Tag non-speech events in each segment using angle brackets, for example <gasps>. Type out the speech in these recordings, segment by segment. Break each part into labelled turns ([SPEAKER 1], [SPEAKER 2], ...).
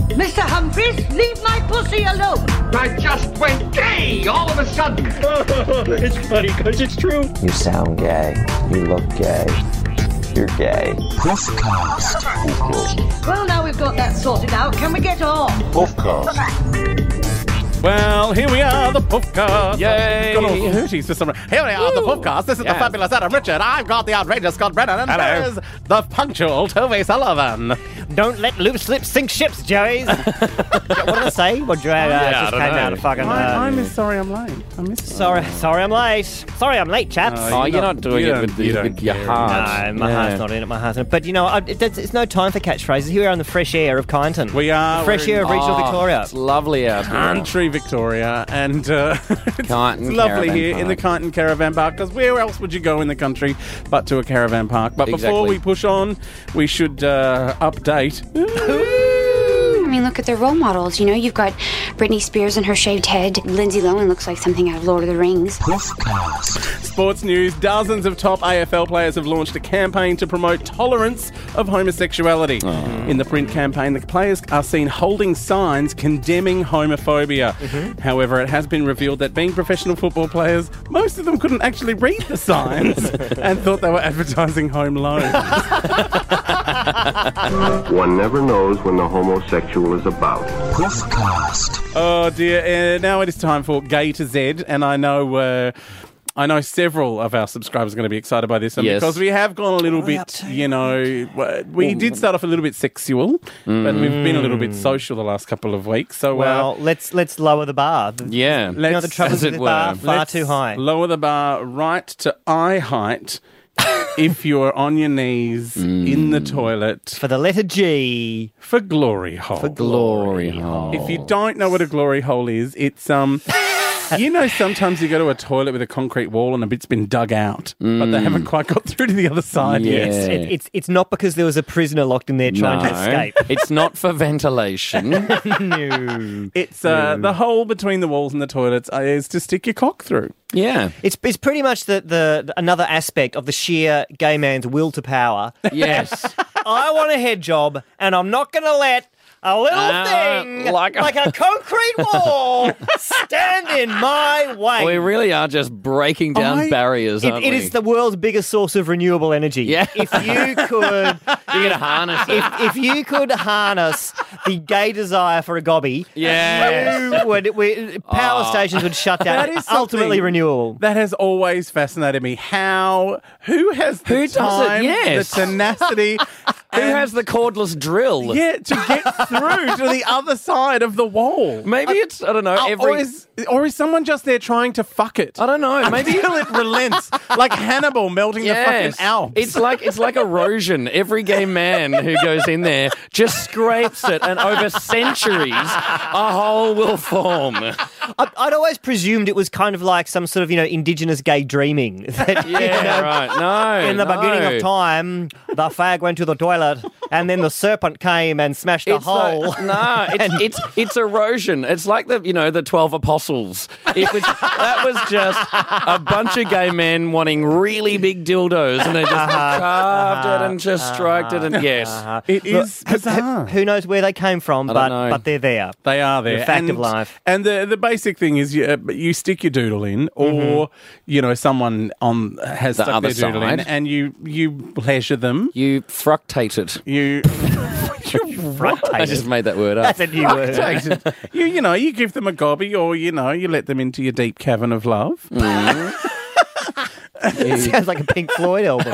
[SPEAKER 1] Mr. Humphries, leave my pussy alone.
[SPEAKER 2] I just went gay all of a sudden.
[SPEAKER 3] it's funny because it's true.
[SPEAKER 4] You sound gay. You look gay. You're gay.
[SPEAKER 1] Puffcast. Well, now we've got that sorted out, can we get on?
[SPEAKER 5] Puffcast. Well, here we are, the Puffcast.
[SPEAKER 6] Yay.
[SPEAKER 5] Got all hooties for some. Here we are, the Puffcast. This is the
[SPEAKER 6] Yes.
[SPEAKER 5] fabulous Adam Richard. I've got the outrageous Scott Brennan. And
[SPEAKER 6] Hello.
[SPEAKER 5] there's the punctual Toby Sullivan.
[SPEAKER 3] Don't let loop slip sink
[SPEAKER 5] <laughs>
[SPEAKER 3] ships, Joey's. what did I say? Well, Joey uh,
[SPEAKER 6] Oh, Yeah, I
[SPEAKER 3] just
[SPEAKER 6] don't
[SPEAKER 3] came
[SPEAKER 6] know.
[SPEAKER 3] out of fucking. uh,
[SPEAKER 5] sorry I'm late. I missed
[SPEAKER 3] sorry, sorry, I'm late. Sorry, I'm late, chaps.
[SPEAKER 5] Oh,
[SPEAKER 6] Oh, you're not, doing
[SPEAKER 5] you
[SPEAKER 6] it with,
[SPEAKER 5] don't- you
[SPEAKER 6] with
[SPEAKER 5] don't
[SPEAKER 6] your
[SPEAKER 5] care.
[SPEAKER 6] heart.
[SPEAKER 3] No, my heart's not in it. My heart's in it. But you know, I, it, it's, it's no time for catchphrases. Here we are on the fresh air of Kyneton.
[SPEAKER 5] We are.
[SPEAKER 3] The
[SPEAKER 5] We're
[SPEAKER 3] fresh
[SPEAKER 5] in
[SPEAKER 3] air of regional
[SPEAKER 6] Oh,
[SPEAKER 3] Victoria.
[SPEAKER 6] It's lovely uh, out here.
[SPEAKER 5] Country Victoria, and uh, <laughs> it's
[SPEAKER 6] Kyneton
[SPEAKER 5] lovely
[SPEAKER 6] Caravan
[SPEAKER 5] here in the
[SPEAKER 6] Park.
[SPEAKER 5] Kyneton Caravan Park because where else would you go in the country but to a caravan park? But before
[SPEAKER 6] Exactly.
[SPEAKER 5] we push on, we should uh, update.
[SPEAKER 7] I mean, look at their role models. You know, you've got Britney Spears and her shaved head. Lindsay Lohan looks like something out of Lord of the Rings.
[SPEAKER 5] Sports news dozens of top AFL players have launched a campaign to promote tolerance of homosexuality. In the print campaign, the players are seen holding signs condemning homophobia. However, it has been revealed that being professional football players, most of them couldn't actually read the signs and thought they were advertising home loans.
[SPEAKER 8] One never knows when the homosexual is about.
[SPEAKER 5] Oh dear! Uh, now it is time for Gay to Z, and I know. Uh, I know several of our subscribers are going to be excited by this one
[SPEAKER 6] Yes.
[SPEAKER 5] because we have gone a little bit, you know, w- we did start off a little bit sexual, but we've been a little bit social the last couple of weeks. So, uh,
[SPEAKER 3] Well,
[SPEAKER 5] well,
[SPEAKER 3] let's let's lower the bar. The-
[SPEAKER 6] <laughs> Yeah.
[SPEAKER 3] You know, the
[SPEAKER 5] let's-
[SPEAKER 3] trouble
[SPEAKER 6] as
[SPEAKER 3] is
[SPEAKER 6] it
[SPEAKER 3] the bar
[SPEAKER 6] were.
[SPEAKER 3] far
[SPEAKER 5] let's
[SPEAKER 3] too high.
[SPEAKER 5] Lower the bar right to eye height if you're on your knees in the toilet
[SPEAKER 3] For the letter G.
[SPEAKER 5] for glory hole. For
[SPEAKER 6] Glory hole.
[SPEAKER 5] If you don't know what a glory hole is,
[SPEAKER 6] <laughs>
[SPEAKER 5] it's um. You know, sometimes you go to a toilet with a concrete wall and a bit's been dug out, but they haven't
[SPEAKER 6] Mm.
[SPEAKER 5] quite got through to the other side
[SPEAKER 6] Yeah.
[SPEAKER 5] yet.
[SPEAKER 3] It, it's it's not because there was a prisoner locked in there trying to escape.
[SPEAKER 6] <laughs> it's not for
[SPEAKER 3] <laughs>
[SPEAKER 6] ventilation.
[SPEAKER 3] no.
[SPEAKER 5] It's uh, the hole between the walls and the toilets uh, is to stick your cock through.
[SPEAKER 6] yeah.
[SPEAKER 3] It's, it's pretty much the, the another aspect of the sheer gay man's will to power. <laughs>
[SPEAKER 6] Yes.
[SPEAKER 3] I want a head job, and I'm not going to let a little
[SPEAKER 6] Uh,
[SPEAKER 3] thing
[SPEAKER 6] like
[SPEAKER 3] like
[SPEAKER 6] a-
[SPEAKER 3] a, concrete wall stand in my way.
[SPEAKER 6] we really are just breaking down
[SPEAKER 5] I-
[SPEAKER 6] barriers,
[SPEAKER 3] It-
[SPEAKER 6] aren't
[SPEAKER 3] it
[SPEAKER 6] we?
[SPEAKER 3] is the world's biggest source of renewable energy.
[SPEAKER 6] Yeah.
[SPEAKER 3] If you could,
[SPEAKER 6] You're going to harness it.
[SPEAKER 3] if, if you could harness the gay desire for a gobby,
[SPEAKER 6] Yes. Ah.
[SPEAKER 3] you would. We, power stations would shut down.
[SPEAKER 5] That is something-
[SPEAKER 3] ultimately renewable.
[SPEAKER 5] That has always fascinated me. How? Who has the
[SPEAKER 6] Who does it?
[SPEAKER 5] time,
[SPEAKER 6] Yes.
[SPEAKER 5] the tenacity?
[SPEAKER 6] <laughs> Who has the cordless drill?
[SPEAKER 5] yeah to get through to the other side of the
[SPEAKER 6] <laughs>
[SPEAKER 5] wall?
[SPEAKER 6] Maybe it's, I don't know,
[SPEAKER 5] Or-
[SPEAKER 6] every.
[SPEAKER 5] or, is, or is someone just there trying to fuck it?
[SPEAKER 6] I don't know. Maybe
[SPEAKER 5] Until it <laughs> relents, like Hannibal melting the fucking Alps.
[SPEAKER 6] It's like it's like erosion. Every gay man who goes in there just scrapes it, and over centuries, a hole will form.
[SPEAKER 3] I, I'd always presumed it was kind of like some sort of you know indigenous gay dreaming. <laughs> That, you
[SPEAKER 6] Yeah,
[SPEAKER 3] know,
[SPEAKER 6] right. No,
[SPEAKER 3] in the
[SPEAKER 6] no.
[SPEAKER 3] beginning of time, the fag went to the toilet, and then the serpent came and smashed a
[SPEAKER 6] It's
[SPEAKER 3] hole.
[SPEAKER 6] like- no, it's, it's it's erosion. It's like the you know the twelve apostles. It was that was just a bunch of gay men wanting really big dildos, and they just
[SPEAKER 3] Uh-huh.
[SPEAKER 6] carved it and just stroked it, and yes,
[SPEAKER 5] It is <laughs> bizarre.
[SPEAKER 3] <laughs> Who knows where they came from,
[SPEAKER 6] I don't
[SPEAKER 3] but
[SPEAKER 6] know.
[SPEAKER 3] but they're there.
[SPEAKER 5] They are there.
[SPEAKER 3] The fact
[SPEAKER 5] and,
[SPEAKER 3] of life.
[SPEAKER 5] And the the basic thing is you, uh, you stick your doodle in, or you know someone on has
[SPEAKER 6] The
[SPEAKER 5] stuck
[SPEAKER 6] other
[SPEAKER 5] their doodle in,
[SPEAKER 6] side.
[SPEAKER 5] and you you pleasure them.
[SPEAKER 6] you fructate it.
[SPEAKER 5] You
[SPEAKER 6] I just made that word up.
[SPEAKER 3] That's a new <laughs>
[SPEAKER 5] <laughs>
[SPEAKER 3] word.
[SPEAKER 5] you you know you give them a gobby, or you know you let them into your deep cavern of love.
[SPEAKER 3] Sounds like a Pink Floyd <laughs> album.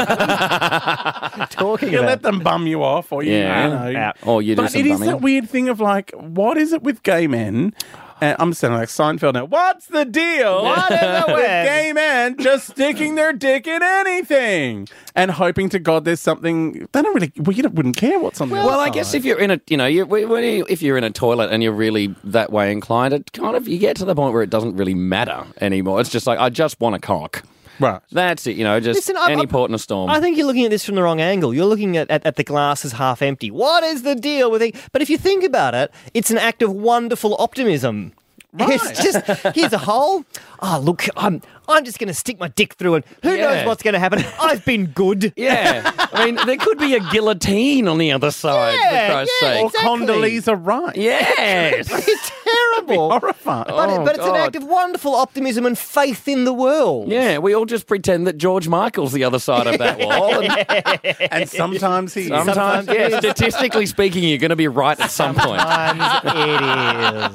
[SPEAKER 3] Talking
[SPEAKER 5] You
[SPEAKER 3] about.
[SPEAKER 5] let them bum you off, or you,
[SPEAKER 6] Yeah.
[SPEAKER 5] you know.
[SPEAKER 6] Yeah. Or you do
[SPEAKER 5] but
[SPEAKER 6] some
[SPEAKER 5] it is
[SPEAKER 6] bumming.
[SPEAKER 5] that weird thing of like, what is it with gay men? And I'm sounding like Seinfeld now. What's the deal?
[SPEAKER 6] <laughs>
[SPEAKER 5] What is it with
[SPEAKER 3] Yeah.
[SPEAKER 5] gay men just sticking their dick in anything and hoping to God there's something they don't really. Well, you don't- wouldn't care what's on the
[SPEAKER 6] Well,
[SPEAKER 5] other
[SPEAKER 6] I
[SPEAKER 5] side.
[SPEAKER 6] guess if you're in a, you know, you, when you, if you're in a toilet and you're really that way inclined, it kind of you get to the point where it doesn't really matter anymore. It's just like I just want a cock.
[SPEAKER 5] right.
[SPEAKER 6] That's it. You know, just
[SPEAKER 3] Listen, I'm-
[SPEAKER 6] any
[SPEAKER 3] I'm-
[SPEAKER 6] port in a storm.
[SPEAKER 3] I think you're looking at this from the wrong angle. You're looking at, at, at the glass as half empty. What is the deal with it? But if you think about it, it's an act of wonderful optimism. <laughs> It's just here's a hole. Oh look, I'm I'm just gonna stick my dick through and who
[SPEAKER 6] Yeah.
[SPEAKER 3] knows what's
[SPEAKER 6] <laughs>
[SPEAKER 3] gonna happen. I've been good.
[SPEAKER 6] Yeah. I mean, there could be a guillotine on the other side,
[SPEAKER 3] Yeah,
[SPEAKER 6] for Christ's
[SPEAKER 3] yeah,
[SPEAKER 6] sake.
[SPEAKER 3] exactly.
[SPEAKER 5] Condoleezza Rice.
[SPEAKER 3] <laughs>
[SPEAKER 6] Yes.
[SPEAKER 3] It's terrible.
[SPEAKER 5] Horrifying.
[SPEAKER 6] <laughs>
[SPEAKER 3] But, it-
[SPEAKER 6] Oh,
[SPEAKER 3] but it's an
[SPEAKER 6] God.
[SPEAKER 3] act of wonderful optimism and faith in the world.
[SPEAKER 6] yeah, we all just pretend that George Michael's the other side of that wall.
[SPEAKER 3] <laughs>
[SPEAKER 6] And
[SPEAKER 5] And sometimes he is.
[SPEAKER 6] sometimes, yeah, statistically speaking, you're going to be right at some
[SPEAKER 3] <laughs>
[SPEAKER 6] point,
[SPEAKER 3] Sometimes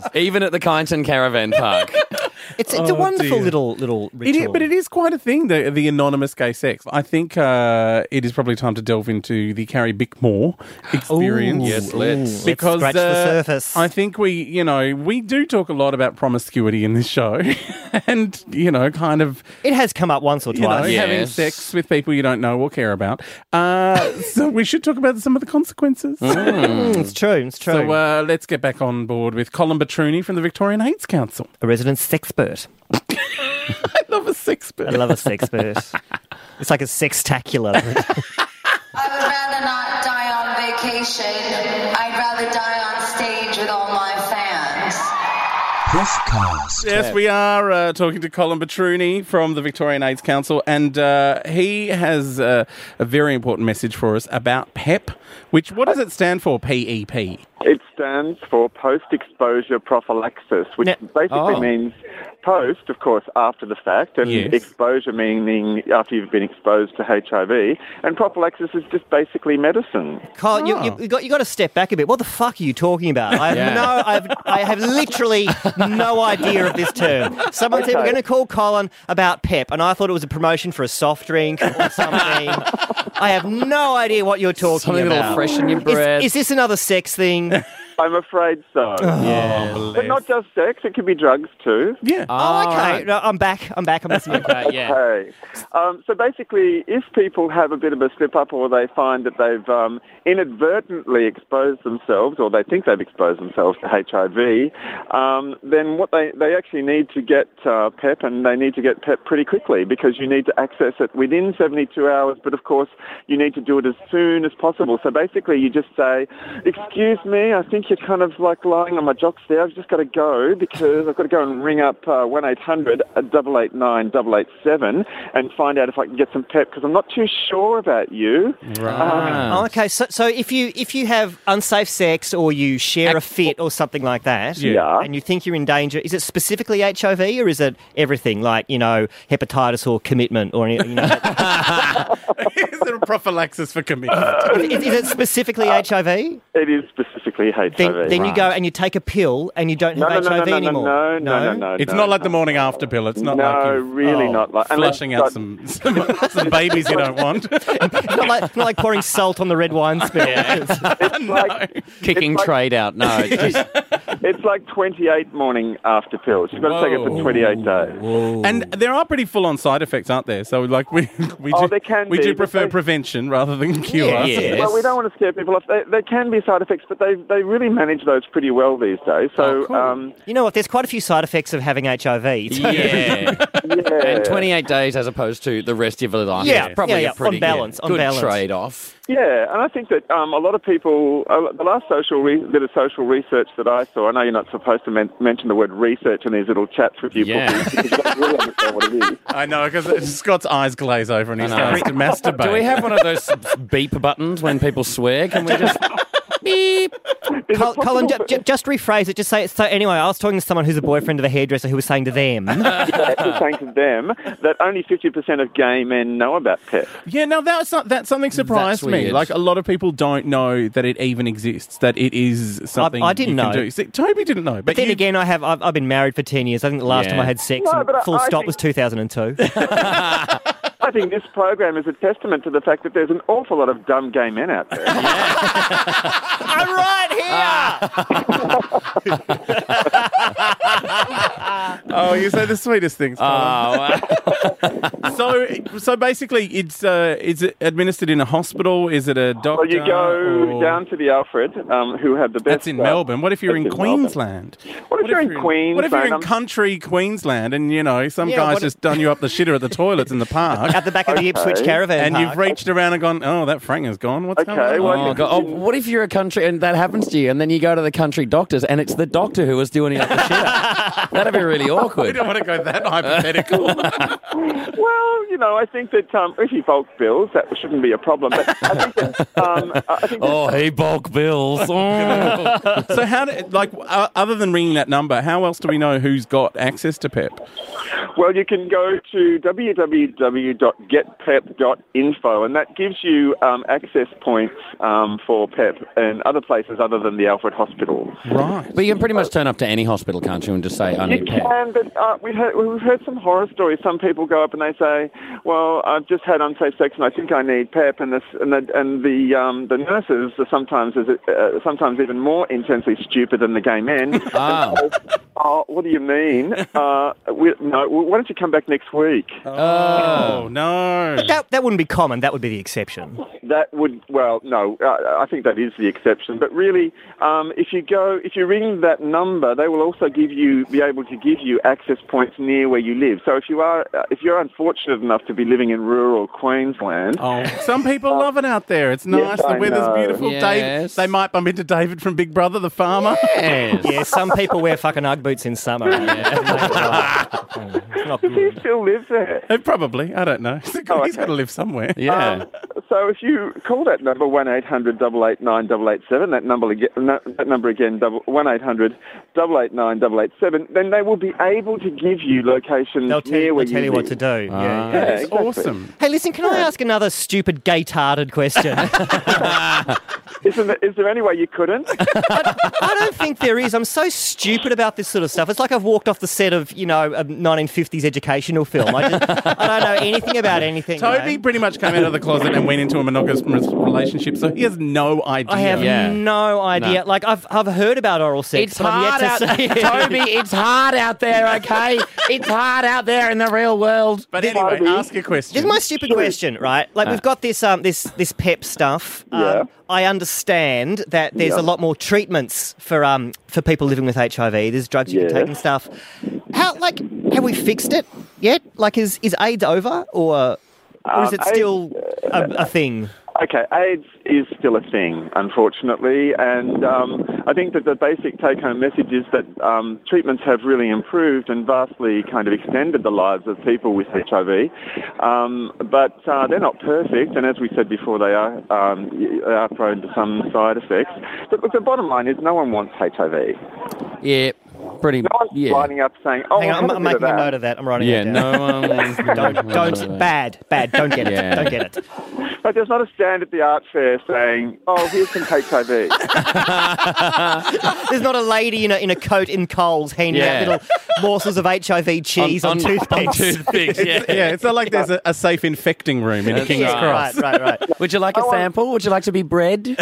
[SPEAKER 3] it is.
[SPEAKER 6] even at the Kyneton Caravan Park.
[SPEAKER 3] It's,
[SPEAKER 6] Oh,
[SPEAKER 3] it's a wonderful
[SPEAKER 5] dear.
[SPEAKER 3] little little
[SPEAKER 5] It
[SPEAKER 3] ritual.
[SPEAKER 5] is, but it is quite a thing, the, the anonymous gay sex. I think uh, it is probably time to delve into the Carrie Bickmore experience.
[SPEAKER 6] Yes, let's.
[SPEAKER 5] Because uh,
[SPEAKER 3] scratch the surface.
[SPEAKER 5] I think we, you know, we do talk a lot about promiscuity in this show, <laughs> and you know, kind of,
[SPEAKER 3] It has come up once or
[SPEAKER 5] you know,
[SPEAKER 3] twice.
[SPEAKER 6] Yeah.
[SPEAKER 5] having
[SPEAKER 6] Yes.
[SPEAKER 5] sex with people you don't know or care about. Uh, <laughs> so we should talk about some of the consequences.
[SPEAKER 3] Mm, it's true. It's true.
[SPEAKER 5] So uh, let's get back on board with Colin Batruni from the Victorian AIDS Council.
[SPEAKER 3] a resident sexpert.
[SPEAKER 5] I love a sex
[SPEAKER 3] I love a sexpert. <laughs> it's like a sextacular.
[SPEAKER 9] I would rather not die on vacation. I'd rather die on stage with all my fans.
[SPEAKER 5] Yes, we are uh, talking to Colin Batruni from the Victorian AIDS Council, and uh, he has uh, a very important message for us about PEP, which what does it stand for, E PEP?
[SPEAKER 10] It stands for post exposure prophylaxis, which
[SPEAKER 3] Yeah.
[SPEAKER 10] basically
[SPEAKER 6] Oh.
[SPEAKER 10] means post, of course, after the fact, and
[SPEAKER 5] Yes.
[SPEAKER 10] exposure meaning after you've been exposed to HIV. And prophylaxis is just basically medicine.
[SPEAKER 3] Carl, you, you, you got you got to step back a bit. What the fuck are you talking about? I have
[SPEAKER 6] Oh. Yeah.
[SPEAKER 3] no, I've, I have literally no idea of this term. Someone said we're
[SPEAKER 10] Okay.
[SPEAKER 3] going to call Colin about Pep, and I thought it was a promotion for a soft drink
[SPEAKER 6] <laughs>
[SPEAKER 3] or something. I have no idea what you're talking
[SPEAKER 6] Something
[SPEAKER 3] about.
[SPEAKER 6] that'll freshen your
[SPEAKER 3] Is-
[SPEAKER 6] breath.
[SPEAKER 3] Is, this another sex thing?
[SPEAKER 6] <laughs>
[SPEAKER 3] Oh,
[SPEAKER 10] I'm afraid
[SPEAKER 5] Oh,
[SPEAKER 10] so. But not just sex, it could be drugs too.
[SPEAKER 5] Yeah.
[SPEAKER 3] Oh, okay. No, I'm back. I'm back. I'm listening.
[SPEAKER 6] Uh, yeah.
[SPEAKER 10] Okay. Um, so basically, if people have a bit of a slip up or they find that they've um, inadvertently exposed themselves or they think they've exposed themselves to HIV, um, then what they, they actually need to get uh, PEP and they need to get PEP pretty quickly because you need to access it within 72 hours, but of course you need to do it as soon as possible. So basically you just say, excuse me, I think you're kind of like lying on my jocks there. I've just got to go because I've got to go and ring up uh, 1-800 889 887 and find out if I can get some PEP because I'm not too sure about you.
[SPEAKER 3] Oh, okay. So, so if you if you have unsafe sex or you share a fit or something like that,
[SPEAKER 10] Yeah.
[SPEAKER 3] and you think you're in danger, is it specifically HIV or is it everything like you know hepatitis or commitment or any- you know,
[SPEAKER 5] <laughs>
[SPEAKER 10] <laughs>
[SPEAKER 5] is there a prophylaxis for commitment?
[SPEAKER 3] is, is it specifically
[SPEAKER 10] Uh,
[SPEAKER 3] HIV? Then,
[SPEAKER 10] It is specifically HIV.
[SPEAKER 3] then you go and you take a pill and you don't
[SPEAKER 10] no, no,
[SPEAKER 3] have
[SPEAKER 10] no, no,
[SPEAKER 3] HIV
[SPEAKER 10] no, no,
[SPEAKER 3] anymore.
[SPEAKER 10] no, no, no, no.
[SPEAKER 5] it's
[SPEAKER 10] no.
[SPEAKER 5] not like the morning after pill. It's not
[SPEAKER 10] No,
[SPEAKER 5] like you
[SPEAKER 10] really not like- unless
[SPEAKER 5] flushing
[SPEAKER 10] you've
[SPEAKER 5] out
[SPEAKER 10] got-
[SPEAKER 5] some, some <laughs> some babies you don't
[SPEAKER 10] <laughs>
[SPEAKER 5] want. <laughs>
[SPEAKER 3] It's not like, not like pouring salt on the red wine spill. <laughs>
[SPEAKER 10] It's <laughs> like
[SPEAKER 6] Kicking
[SPEAKER 10] It's like-
[SPEAKER 6] trade out. No, <laughs> it's just-
[SPEAKER 10] It's like 28 morning after pills. You've got to take it
[SPEAKER 5] Whoa.
[SPEAKER 10] for 28 days.
[SPEAKER 5] and there are pretty full on side effects, aren't there? So like we <laughs> we do,
[SPEAKER 10] Oh, there can
[SPEAKER 5] we
[SPEAKER 10] be,
[SPEAKER 5] do
[SPEAKER 10] but
[SPEAKER 5] prefer
[SPEAKER 10] they-
[SPEAKER 5] prevention rather than cure.
[SPEAKER 6] yeah.
[SPEAKER 10] Well, we don't want to scare people off. They, they can be side effects, but they, they really manage those pretty well these days. So,
[SPEAKER 5] Oh, cool.
[SPEAKER 10] um,
[SPEAKER 3] You know what? There's quite a few side effects of having HIV. so-
[SPEAKER 6] yeah.
[SPEAKER 10] yeah.
[SPEAKER 6] <laughs> And 28 days as opposed to the rest of your life.
[SPEAKER 3] Yeah,
[SPEAKER 6] It's probably
[SPEAKER 3] yeah, yeah,
[SPEAKER 6] a pretty
[SPEAKER 3] on balance,
[SPEAKER 6] good,
[SPEAKER 3] on balance.
[SPEAKER 6] trade off.
[SPEAKER 10] Yeah, and I think that um, a lot of people, uh, the last social re- bit of social research that I saw, I know you're not supposed to men- mention the word research in these little chats with you
[SPEAKER 6] Yeah.
[SPEAKER 10] bookies, because you don't really understand what it is.
[SPEAKER 5] <laughs> I know because Scott's eyes glaze over and he
[SPEAKER 6] know.
[SPEAKER 5] starts to masturbate.
[SPEAKER 6] Do we have one of those beep buttons when people swear? Can we <laughs> just beep?
[SPEAKER 3] Col- Colin, ju- ju- just rephrase it. Just say it. So anyway, I was talking to someone who's a boyfriend of a hairdresser who was saying to
[SPEAKER 10] <laughs>
[SPEAKER 3] them.
[SPEAKER 10] It's saying to them that only 50% of gay men know about PEP.
[SPEAKER 5] Yeah, now that's not, that's something surprised
[SPEAKER 6] That's
[SPEAKER 5] me.
[SPEAKER 6] weird.
[SPEAKER 5] Like a lot of people don't know that it even exists. That it is something
[SPEAKER 3] I didn't
[SPEAKER 5] you can
[SPEAKER 3] know.
[SPEAKER 5] Do. See, Toby didn't know, but,
[SPEAKER 3] But then
[SPEAKER 5] you-
[SPEAKER 3] again, I have I've, I've been married for ten years. I think the last
[SPEAKER 6] Yeah.
[SPEAKER 3] time I had sex,
[SPEAKER 10] No,
[SPEAKER 3] and
[SPEAKER 10] but I-
[SPEAKER 3] full
[SPEAKER 10] I
[SPEAKER 3] stop,
[SPEAKER 10] think-
[SPEAKER 3] was two thousand and
[SPEAKER 10] <laughs>
[SPEAKER 3] two.
[SPEAKER 10] I think this program is a testament to the fact that there's an awful lot of dumb gay men out there.
[SPEAKER 3] I'm right here.
[SPEAKER 5] oh, you say the sweetest things.
[SPEAKER 6] <laughs> Oh, wow.
[SPEAKER 5] so, so basically, it's uh, is it administered in a hospital? Is it a doctor?
[SPEAKER 10] Well, you go
[SPEAKER 5] or-
[SPEAKER 10] down to the Alfred, um, who have the best.
[SPEAKER 5] Oh. That's in
[SPEAKER 10] stuff.
[SPEAKER 5] Melbourne. What if you're
[SPEAKER 10] That's
[SPEAKER 5] in
[SPEAKER 10] Melbourne.
[SPEAKER 5] Queensland?
[SPEAKER 10] What if you're in Queensland?
[SPEAKER 5] What if you're in
[SPEAKER 10] I'm-
[SPEAKER 5] country Queensland and you know some
[SPEAKER 3] Yeah,
[SPEAKER 5] guy's
[SPEAKER 3] what
[SPEAKER 5] just done you up the shitter at the toilets in the park,
[SPEAKER 3] At the back of the Ipswich caravan.
[SPEAKER 5] and you've
[SPEAKER 3] park.
[SPEAKER 5] reached around and gone, oh, that Frank is gone. What's
[SPEAKER 10] Okay,
[SPEAKER 5] going on?
[SPEAKER 10] well,
[SPEAKER 6] Oh,
[SPEAKER 10] you-
[SPEAKER 6] God. Oh, what if you're a country and that happens to you, and then you go to the country doctors, and it's the doctor who was doing it up the <laughs> shitter? That'd be really
[SPEAKER 5] <laughs> we
[SPEAKER 6] awkward.
[SPEAKER 5] don't want to go that hypothetical.
[SPEAKER 10] <laughs> Well, you know, I think that um, if he bulk bills, that shouldn't be a problem. But I think that, um, I I think that
[SPEAKER 6] <laughs> Oh, he bulk bills. <laughs> Oh.
[SPEAKER 5] so how, do, like, uh, other than ringing that number, how else do we know who's got access to PEP?
[SPEAKER 10] Well, you can go to www.getpep.info, and that gives you um, access points um, for PEP and other places other than the Alfred Hospital.
[SPEAKER 5] Right.
[SPEAKER 6] But you can pretty much turn up to any hospital, can't you, and just say, I
[SPEAKER 10] You
[SPEAKER 6] need pet.
[SPEAKER 10] can, but uh, we heard, we've heard some horror stories. Some people go up and they say, "Well, I've just had unsafe sex and I think I need PEP," and, this, and the and the um, the nurses are sometimes is it, uh, sometimes even more intensely stupid than the gay men.
[SPEAKER 6] Ah.
[SPEAKER 10] And so, oh, what do you
[SPEAKER 5] <laughs>
[SPEAKER 10] mean? Uh, we, no, why don't you come back next week?
[SPEAKER 5] Oh no.
[SPEAKER 3] That, that wouldn't be common. That would be the exception.
[SPEAKER 10] That would well, no, uh, I, I think that is the exception. But really, um, if you go, if you ring that number, they will also give you be able to give you access points near where you live. So if you are uh, if you're unfortunate enough to be living in rural Queensland,
[SPEAKER 5] Oh, some people love it out there. It's nice.
[SPEAKER 10] Yes,
[SPEAKER 5] the
[SPEAKER 10] I
[SPEAKER 5] weather's
[SPEAKER 10] know.
[SPEAKER 5] beautiful. Dave,
[SPEAKER 6] Yes.
[SPEAKER 5] they might bump into David from Big Brother, the
[SPEAKER 10] <laughs>
[SPEAKER 5] farmer.
[SPEAKER 6] <laughs>
[SPEAKER 3] Yeah, some people wear fucking Ugg boots in summer. Yeah. <laughs> It's not
[SPEAKER 10] does he
[SPEAKER 3] good.
[SPEAKER 10] still live there?
[SPEAKER 5] Eh, Probably. I don't know. <laughs> He's
[SPEAKER 10] Oh,
[SPEAKER 5] got
[SPEAKER 10] okay.
[SPEAKER 5] to live somewhere.
[SPEAKER 6] Yeah.
[SPEAKER 10] So if you call that number one eight hundred double eight nine double eight seven, that number again, that number again, one eight hundred double eight nine double eight seven, then they will be able to give you locations
[SPEAKER 3] They'll tell,
[SPEAKER 10] near
[SPEAKER 3] they'll
[SPEAKER 10] where
[SPEAKER 3] tell you
[SPEAKER 10] live.
[SPEAKER 3] what to do. yeah, yeah.
[SPEAKER 10] Yeah,
[SPEAKER 5] <laughs> It's
[SPEAKER 10] exactly.
[SPEAKER 5] awesome.
[SPEAKER 3] Hey, listen, can I ask another stupid gay-tarded question?
[SPEAKER 10] Isn't there, is there any way you couldn't?
[SPEAKER 3] I don't think there is. I'm so stupid about this sort of stuff. It's like I've walked off the set of, you know, a 1950s educational film. I, just, I don't know anything about anything.
[SPEAKER 5] Toby
[SPEAKER 3] mate.
[SPEAKER 5] pretty much came out of the closet and went into a monogamous relationship, so he has no idea.
[SPEAKER 3] I have
[SPEAKER 6] Yeah.
[SPEAKER 3] no idea. Like, I've, I've heard about oral sex,
[SPEAKER 6] It's
[SPEAKER 3] but
[SPEAKER 6] hard out
[SPEAKER 3] I've yet to see
[SPEAKER 6] there,
[SPEAKER 3] it.
[SPEAKER 6] Toby. It's hard out there,
[SPEAKER 5] <laughs>
[SPEAKER 6] okay? It's hard out there in the real world.
[SPEAKER 5] But anyway,
[SPEAKER 10] Toby.
[SPEAKER 5] ask a question.
[SPEAKER 3] This is my stupid question, right? Like we've got this um, this this PEP stuff. Um,
[SPEAKER 10] Uh. Yeah.
[SPEAKER 3] I understand that there's
[SPEAKER 10] Yeah.
[SPEAKER 3] a lot more treatments for um for people living with HIV. There's drugs you can
[SPEAKER 10] Yes.
[SPEAKER 3] take and stuff. How like have we fixed it yet? Like is is AIDS over or or is
[SPEAKER 10] Um, uh,
[SPEAKER 3] it
[SPEAKER 10] AIDS-
[SPEAKER 3] still a, a thing?
[SPEAKER 10] Okay, AIDS is still a thing, unfortunately, and um, I think that the basic take-home message is that um, treatments have really improved and vastly kind of extended the lives of people with HIV, um, but uh, they're not perfect, and as we said before, they are um, y- they are prone to some side effects. But look, the bottom line is, no one wants HIV. No
[SPEAKER 6] Yeah, pretty.
[SPEAKER 10] one's
[SPEAKER 6] Yeah,
[SPEAKER 10] lining up saying, "Oh,
[SPEAKER 3] Hang
[SPEAKER 10] I'll
[SPEAKER 3] on, I'm,
[SPEAKER 10] have
[SPEAKER 3] I'm
[SPEAKER 10] a bit
[SPEAKER 3] making
[SPEAKER 10] of
[SPEAKER 3] a
[SPEAKER 10] that.
[SPEAKER 3] note of that. I'm writing
[SPEAKER 6] yeah.
[SPEAKER 3] it down.
[SPEAKER 6] No
[SPEAKER 3] <laughs>
[SPEAKER 6] one. wants-
[SPEAKER 3] Don't, don't, bad, bad. Don't get it.
[SPEAKER 6] Yeah.
[SPEAKER 3] Don't get it.
[SPEAKER 10] Like, there's not a stand at the art fair saying, "Oh, here's some HIV."
[SPEAKER 3] There's not a lady in a, in a coat in Coles handing
[SPEAKER 6] Yeah.
[SPEAKER 3] out little morsels of HIV cheese on, toothpicks.
[SPEAKER 6] on <laughs> toothpicks,
[SPEAKER 3] <laughs>
[SPEAKER 6] yeah.
[SPEAKER 5] Yeah, it's not like there's a, a safe infecting room in a King's
[SPEAKER 3] yeah,
[SPEAKER 5] Cross.
[SPEAKER 3] Right, right,
[SPEAKER 10] <laughs>
[SPEAKER 3] right.
[SPEAKER 6] Would you like a sample? Would you like to be bred?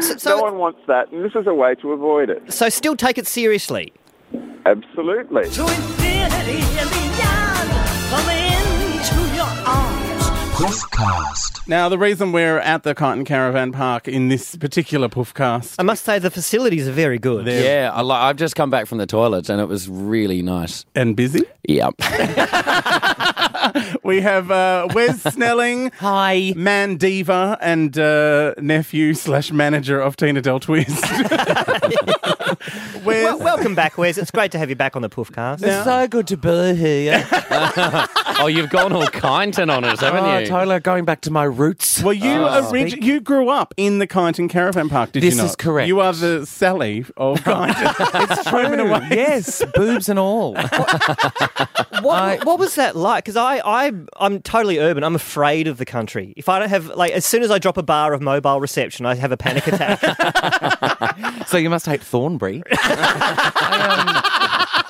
[SPEAKER 3] So, <laughs> so-
[SPEAKER 10] no one wants that, and this is a way to avoid it.
[SPEAKER 3] So still take it seriously.
[SPEAKER 10] Absolutely.
[SPEAKER 1] To infinity and beyond, come into your arms.
[SPEAKER 4] Puffcast.
[SPEAKER 5] Now, the reason we're at the Cotton Caravan Park in this particular poofcast
[SPEAKER 3] I must say the facilities are very good.
[SPEAKER 6] Yeah, I li- I've just come back from the toilets and it was really nice.
[SPEAKER 5] and busy,
[SPEAKER 6] Yeah.
[SPEAKER 5] we have uh, Wes Snelling,
[SPEAKER 3] Hi.
[SPEAKER 5] Mandiva, and uh, nephew slash manager of Tina Del Twist. <laughs> Wes,
[SPEAKER 3] Well, welcome back, Wes. It's great to have you back on the Poofcast.
[SPEAKER 5] It's
[SPEAKER 3] so good to be here.
[SPEAKER 6] <laughs> oh, you've gone all Kyneton on us, haven't
[SPEAKER 11] Oh,
[SPEAKER 6] you?
[SPEAKER 11] Uh, going back to my roots.
[SPEAKER 5] Well, you origi- you grew up in the Kyneton Caravan Park, did
[SPEAKER 11] Oh. This
[SPEAKER 5] you not?
[SPEAKER 11] is correct. um,
[SPEAKER 5] You are the Sally
[SPEAKER 11] <laughs>
[SPEAKER 5] of Kyneton. it's true. In a way.
[SPEAKER 11] yes, boobs and all. <laughs>
[SPEAKER 3] What, what was that like? Because I, I, I'm totally urban. I'm afraid of the country. If I don't have, like, as soon as I drop a
[SPEAKER 10] <laughs>
[SPEAKER 3] bar of mobile reception, I have a panic
[SPEAKER 11] <laughs>
[SPEAKER 3] attack.
[SPEAKER 11] so you must hate Thornbury. Um,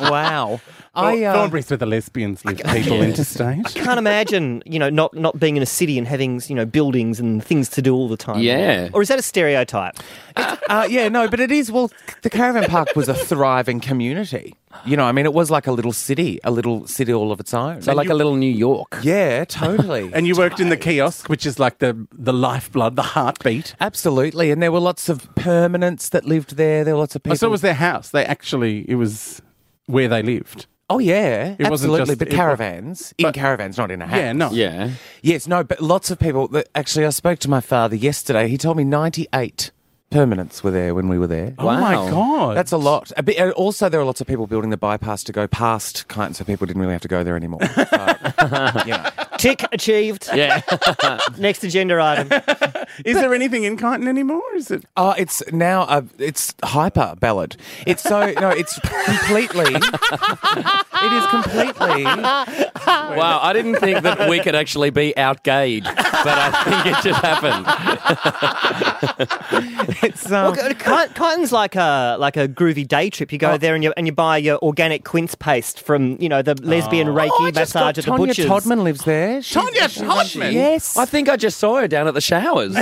[SPEAKER 3] wow.
[SPEAKER 5] I, Thornbury's where the lesbians live, people interstate.
[SPEAKER 3] I can't imagine, you know, not, not being in a city and having, you know, buildings and things to do all the time.
[SPEAKER 6] Yeah.
[SPEAKER 3] Or is that a stereotype?
[SPEAKER 11] Uh, yeah, no, but it is. Well, the caravan park was a thriving community. You know, I mean, it was like a little city, a little city all of its own.
[SPEAKER 6] So, like a little New York.
[SPEAKER 11] yeah, totally.
[SPEAKER 5] And you worked in the kiosk, which is like the, the lifeblood, the heartbeat.
[SPEAKER 11] Absolutely. And there were lots of permanents that lived there. There were lots of people.
[SPEAKER 5] Oh, so it was their house. They actually, it was where they lived.
[SPEAKER 11] Oh yeah,
[SPEAKER 5] It wasn't
[SPEAKER 11] absolutely.
[SPEAKER 5] just-
[SPEAKER 11] but
[SPEAKER 5] it wa-
[SPEAKER 11] caravans in
[SPEAKER 5] but-
[SPEAKER 11] caravans, not in a house.
[SPEAKER 5] Yeah, no.
[SPEAKER 6] Yeah.
[SPEAKER 11] Yes, no, but lots of people. That, actually, I spoke to my father yesterday. He told me ninety-eight permanents were there when we were there.
[SPEAKER 5] Oh my
[SPEAKER 6] Wow.
[SPEAKER 5] God.
[SPEAKER 11] That's a lot. A bit, and also, there are lots of people building the bypass to go past, kind, so people didn't really have to go there anymore. So, you know.
[SPEAKER 3] Tick achieved.
[SPEAKER 6] Yeah.
[SPEAKER 3] Next agenda item.
[SPEAKER 5] Is there anything in Kyneton anymore? Is it?
[SPEAKER 11] Oh, it's now a, it's hyper ballad. It's so no, it's completely. it is completely.
[SPEAKER 6] wow, I didn't think that we could actually be outgayed, but I think it just happened.
[SPEAKER 11] It's um,
[SPEAKER 3] Well, Kyneton- Kyneton's like a like a groovy day trip. You go
[SPEAKER 11] Oh.
[SPEAKER 3] there and you and you buy your organic quince paste from you know the lesbian Reiki
[SPEAKER 11] Oh, I just got
[SPEAKER 3] <laughs> massage at the
[SPEAKER 11] Tonya
[SPEAKER 3] butcher's.
[SPEAKER 11] Todman lives there. She-
[SPEAKER 5] Tonya Todman?
[SPEAKER 11] Yes.
[SPEAKER 6] I think I just saw her down at the showers.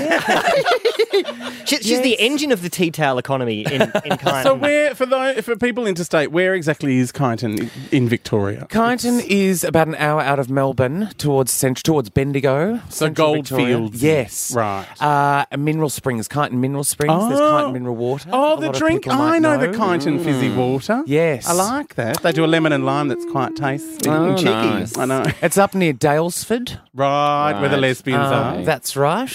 [SPEAKER 3] She- she's the engine of the tea towel economy in, in
[SPEAKER 11] <laughs>
[SPEAKER 3] Kyneton.
[SPEAKER 5] So where for those for people interstate, where exactly is Kyneton in, in Victoria?
[SPEAKER 11] <laughs> Kyneton is about an hour out of Melbourne towards cent- towards Bendigo.
[SPEAKER 5] So
[SPEAKER 11] central Victoria.
[SPEAKER 5] Goldfields.
[SPEAKER 11] Yes.
[SPEAKER 5] Right.
[SPEAKER 11] Uh, mineral Springs, Kyneton Mineral Springs. There's Kyneton Mineral Water.
[SPEAKER 5] Oh,
[SPEAKER 11] A
[SPEAKER 5] the
[SPEAKER 11] lot of
[SPEAKER 5] drink.
[SPEAKER 11] people might Mm.
[SPEAKER 5] I know, the Kyneton fizzy water.
[SPEAKER 11] Yes.
[SPEAKER 5] I like that. They do a lemon and lime that's quite tasty.
[SPEAKER 6] Oh,
[SPEAKER 5] and cheeky.
[SPEAKER 6] nice.
[SPEAKER 5] I know. <laughs>
[SPEAKER 11] It's up near Dalesford.
[SPEAKER 5] Right, where the
[SPEAKER 6] Right.
[SPEAKER 5] lesbians
[SPEAKER 11] Um, that's right.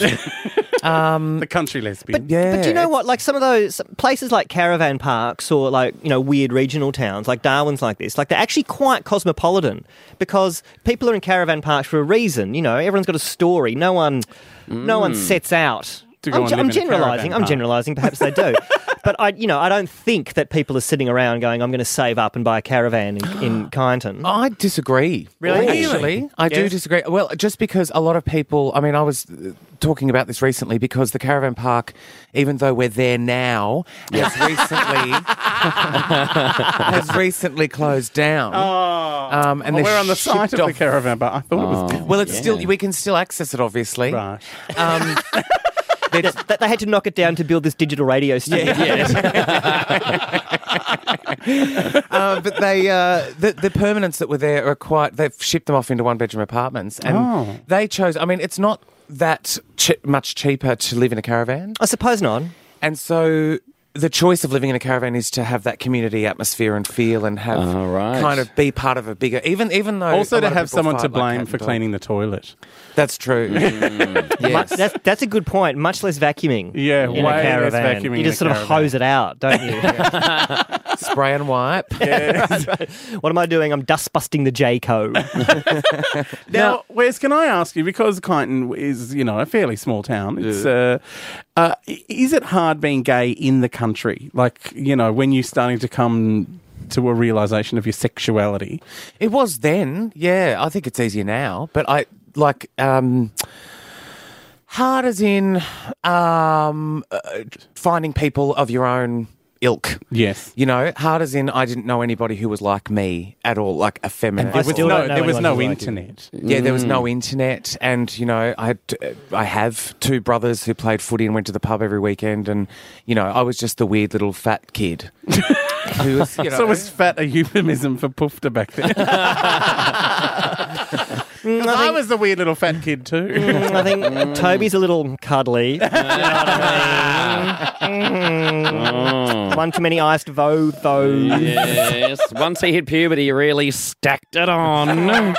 [SPEAKER 5] are. The country lesbians.
[SPEAKER 11] Yeah.
[SPEAKER 3] <laughs> But do you know what? Like some of those places, like caravan parks or like you know weird regional towns, like Darwin's, like this, like they're actually quite cosmopolitan because people are in caravan parks for a reason. You know, everyone's got a story. No one, no one sets out.
[SPEAKER 5] Mm. To go
[SPEAKER 3] I'm,
[SPEAKER 5] and
[SPEAKER 3] ge-
[SPEAKER 5] live in
[SPEAKER 3] I'm
[SPEAKER 5] a caravan
[SPEAKER 3] generalizing. I'm
[SPEAKER 5] park.
[SPEAKER 3] generalizing. Perhaps they
[SPEAKER 5] <laughs>
[SPEAKER 3] do. But I, you know, I don't think that people are sitting around going, "I'm going to save up and buy a caravan
[SPEAKER 5] <gasps>
[SPEAKER 3] in, in Kyneton."
[SPEAKER 11] I disagree.
[SPEAKER 3] Really?
[SPEAKER 11] Actually, I do
[SPEAKER 3] Yes.
[SPEAKER 11] disagree. Well, just because a lot of people, I mean, I was uh, talking about this recently because the caravan park, even though we're there now, has
[SPEAKER 5] <laughs>
[SPEAKER 11] recently <laughs> has recently closed down. um, and they're
[SPEAKER 5] Oh. Well, Ah. Oh, we're on the
[SPEAKER 11] shipped
[SPEAKER 5] site of the
[SPEAKER 11] off- Oh.
[SPEAKER 5] caravan, but I thought it was.
[SPEAKER 11] Well, it's still we can still access it, obviously.
[SPEAKER 5] Right. <laughs>
[SPEAKER 11] Um, there's-
[SPEAKER 3] that they had to knock it down to build this digital radio station.
[SPEAKER 11] uh, but they uh, the the permanents that were there are quite. They've shipped them off into one bedroom apartments, and
[SPEAKER 5] Oh.
[SPEAKER 11] they chose. I mean, it's not that ch- much cheaper to live in a caravan,
[SPEAKER 3] <laughs> I suppose not.
[SPEAKER 11] and so. The choice of living in a caravan is to have that community atmosphere and feel and have
[SPEAKER 6] Oh, right.
[SPEAKER 11] kind of be part of a bigger even even though a
[SPEAKER 5] Also,
[SPEAKER 11] lot
[SPEAKER 5] to
[SPEAKER 11] of
[SPEAKER 5] have
[SPEAKER 11] people
[SPEAKER 5] someone
[SPEAKER 11] fight
[SPEAKER 5] to
[SPEAKER 11] like
[SPEAKER 5] blame
[SPEAKER 11] cat
[SPEAKER 5] for
[SPEAKER 11] and dog.
[SPEAKER 5] cleaning Mm. the toilet.
[SPEAKER 11] That's true. <laughs> yes.
[SPEAKER 3] That's that's a good point. Much less vacuuming.
[SPEAKER 5] Yeah,
[SPEAKER 3] in
[SPEAKER 5] way
[SPEAKER 3] a
[SPEAKER 5] less
[SPEAKER 3] caravan.
[SPEAKER 5] vacuuming
[SPEAKER 3] you
[SPEAKER 5] in
[SPEAKER 3] just
[SPEAKER 5] a
[SPEAKER 3] sort of
[SPEAKER 5] caravan.
[SPEAKER 3] hose it out,
[SPEAKER 5] <laughs>
[SPEAKER 3] don't you?
[SPEAKER 11] Spray and wipe.
[SPEAKER 3] <laughs> What am I doing? I'm dust busting the
[SPEAKER 5] <laughs>
[SPEAKER 3] J code.
[SPEAKER 5] Now, Wes, can I ask you because Kyneton is, you know, a fairly small town. It's, uh, uh, i- is it hard being gay in the country? Like, you know, when you're starting to come to a realization of your sexuality.
[SPEAKER 11] It was then, yeah. I think it's easier now, but I like um, hard as in um, uh, finding people of your own ilk.
[SPEAKER 5] Yes.
[SPEAKER 11] You know, hard as in I didn't know anybody who was like me at all, like effeminate.
[SPEAKER 3] I
[SPEAKER 5] There was
[SPEAKER 3] still
[SPEAKER 5] no,
[SPEAKER 3] don't know
[SPEAKER 5] there was
[SPEAKER 3] anyone
[SPEAKER 5] no
[SPEAKER 3] who's like
[SPEAKER 5] internet.
[SPEAKER 11] Yeah, there was
[SPEAKER 3] Mm.
[SPEAKER 11] no internet, and you know, I had, I have two brothers who played footy and went to the pub every weekend, and you know, I was just the weird little fat kid. who was,
[SPEAKER 5] <laughs>
[SPEAKER 11] you know,
[SPEAKER 5] So was fat a euphemism for poofter
[SPEAKER 11] <laughs>
[SPEAKER 5] back then? <laughs> 'Cause I, was the weird little fat kid too.
[SPEAKER 11] <laughs>
[SPEAKER 3] Mm, I think uh, Toby's a little cuddly. You know what I mean? Mm. One too many iced vo though.
[SPEAKER 6] yes. Once he hit puberty, he really stacked it on.
[SPEAKER 3] And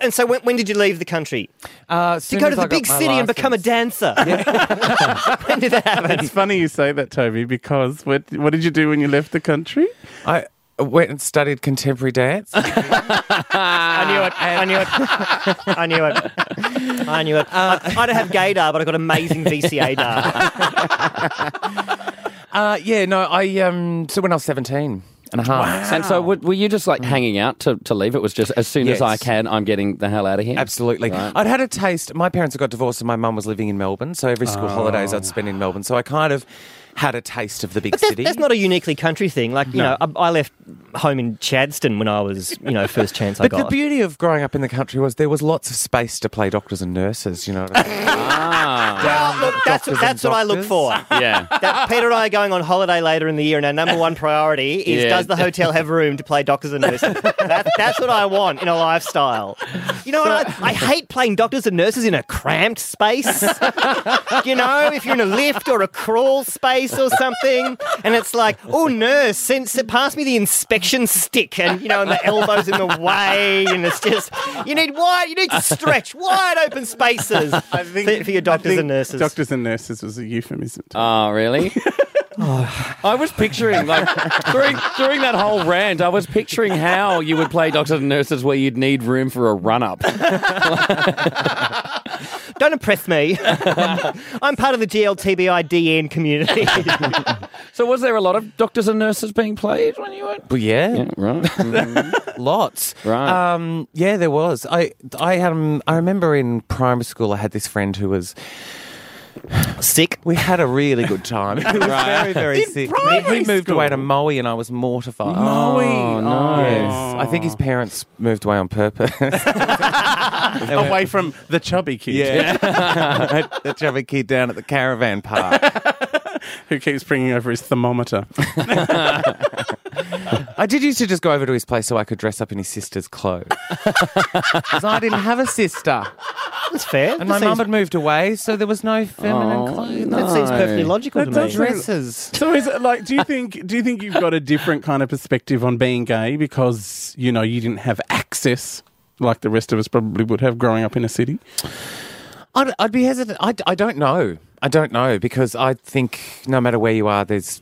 [SPEAKER 3] and so when, when did you leave the country?
[SPEAKER 11] uh,
[SPEAKER 3] To go to the big city and become a dancer. <laughs> when did that happen?
[SPEAKER 5] it's funny you say that, Toby, because what, what did you do when you left the country?
[SPEAKER 11] I went and studied contemporary
[SPEAKER 3] <laughs>
[SPEAKER 11] dance.
[SPEAKER 3] I knew it. I knew it. I knew it. I knew it. I, I don't have gaydar, but I've got amazing VCA dar.
[SPEAKER 11] Uh, yeah, no, I um. So when I was seventeen,
[SPEAKER 6] and a half. And so, were, were you just like hanging out to, to leave? It was just as soon as I
[SPEAKER 11] Yes.
[SPEAKER 6] can, I'm getting the hell out of here.
[SPEAKER 11] Absolutely.
[SPEAKER 6] Right.
[SPEAKER 11] I'd had a taste. My parents got divorced and my mum was living in Melbourne. So every school holidays I'd spend in Melbourne. So I kind of had a taste of the big
[SPEAKER 3] Ah. But that's,
[SPEAKER 11] city.
[SPEAKER 3] that's not a uniquely country thing. Like, you know, I, I left home in Chadston when I was, you know, first chance I
[SPEAKER 11] but the
[SPEAKER 3] got.
[SPEAKER 11] beauty of growing up in the country was there was lots of space to play doctors and nurses, you know. what I mean?
[SPEAKER 3] Well, look, that's,
[SPEAKER 11] doctors
[SPEAKER 3] that's
[SPEAKER 11] and
[SPEAKER 3] what I look
[SPEAKER 11] doctors.
[SPEAKER 3] for.
[SPEAKER 6] Ah. yeah.
[SPEAKER 3] That Peter and I are going on holiday later in the year, and our number one priority is
[SPEAKER 6] Yeah.
[SPEAKER 3] does the hotel have room to play doctors and nurses? That, that's what I want in a lifestyle. You know, what I, I hate playing doctors and nurses in a cramped space. you know, if you're in a lift or a crawl space or something, and it's like, oh, nurse, send, s- pass me the inspection stick, and you know, and the elbows in the way, and it's just you need wide, you need to stretch wide open spaces for, for your doctors and nurses.
[SPEAKER 5] Doctors and nurses was a euphemism.
[SPEAKER 6] Oh,
[SPEAKER 11] <laughs>
[SPEAKER 6] really? I was picturing like during during that whole rant, I was picturing how you would play doctors and nurses where you'd need room for a run up.
[SPEAKER 3] Don't impress me. <laughs> I'm part of the GLTBIDN community. <laughs>
[SPEAKER 6] So was there a lot of doctors and nurses being played when you went?
[SPEAKER 11] Well, yeah,
[SPEAKER 6] Right.
[SPEAKER 11] <laughs>
[SPEAKER 6] Mm.
[SPEAKER 11] lots.
[SPEAKER 6] Right.
[SPEAKER 11] Um, yeah, there was. I I um, I remember in primary school I had this friend who was
[SPEAKER 3] Sick.
[SPEAKER 11] we had a really good time. He was very very sick.
[SPEAKER 5] primary
[SPEAKER 11] He moved away to
[SPEAKER 5] school?
[SPEAKER 11] Maui and I was mortified.
[SPEAKER 5] Oh, no.
[SPEAKER 11] Yes. I think his parents moved away on purpose.
[SPEAKER 5] Away from the chubby
[SPEAKER 11] <laughs>
[SPEAKER 5] kid
[SPEAKER 11] Yeah. the chubby kid down at the caravan park.
[SPEAKER 5] <laughs> who keeps bringing over his thermometer.
[SPEAKER 11] I did used to just go over to his place so I could dress up in his sister's clothes. <laughs> Because I didn't have a sister.
[SPEAKER 3] That's fair.
[SPEAKER 11] And my
[SPEAKER 3] that
[SPEAKER 11] mum
[SPEAKER 3] seems,
[SPEAKER 11] had moved away, so there was no feminine clothes.
[SPEAKER 3] that seems perfectly
[SPEAKER 5] That
[SPEAKER 3] logical to me.
[SPEAKER 5] does really-
[SPEAKER 11] Dresses.
[SPEAKER 5] So is it like do you think do you think you've got a different kind of perspective on being gay because you know you didn't have access like the rest of us probably would have growing up in a city?
[SPEAKER 11] I'd, I'd be hesitant. I, I don't know. I don't know because I think no matter where you are, there's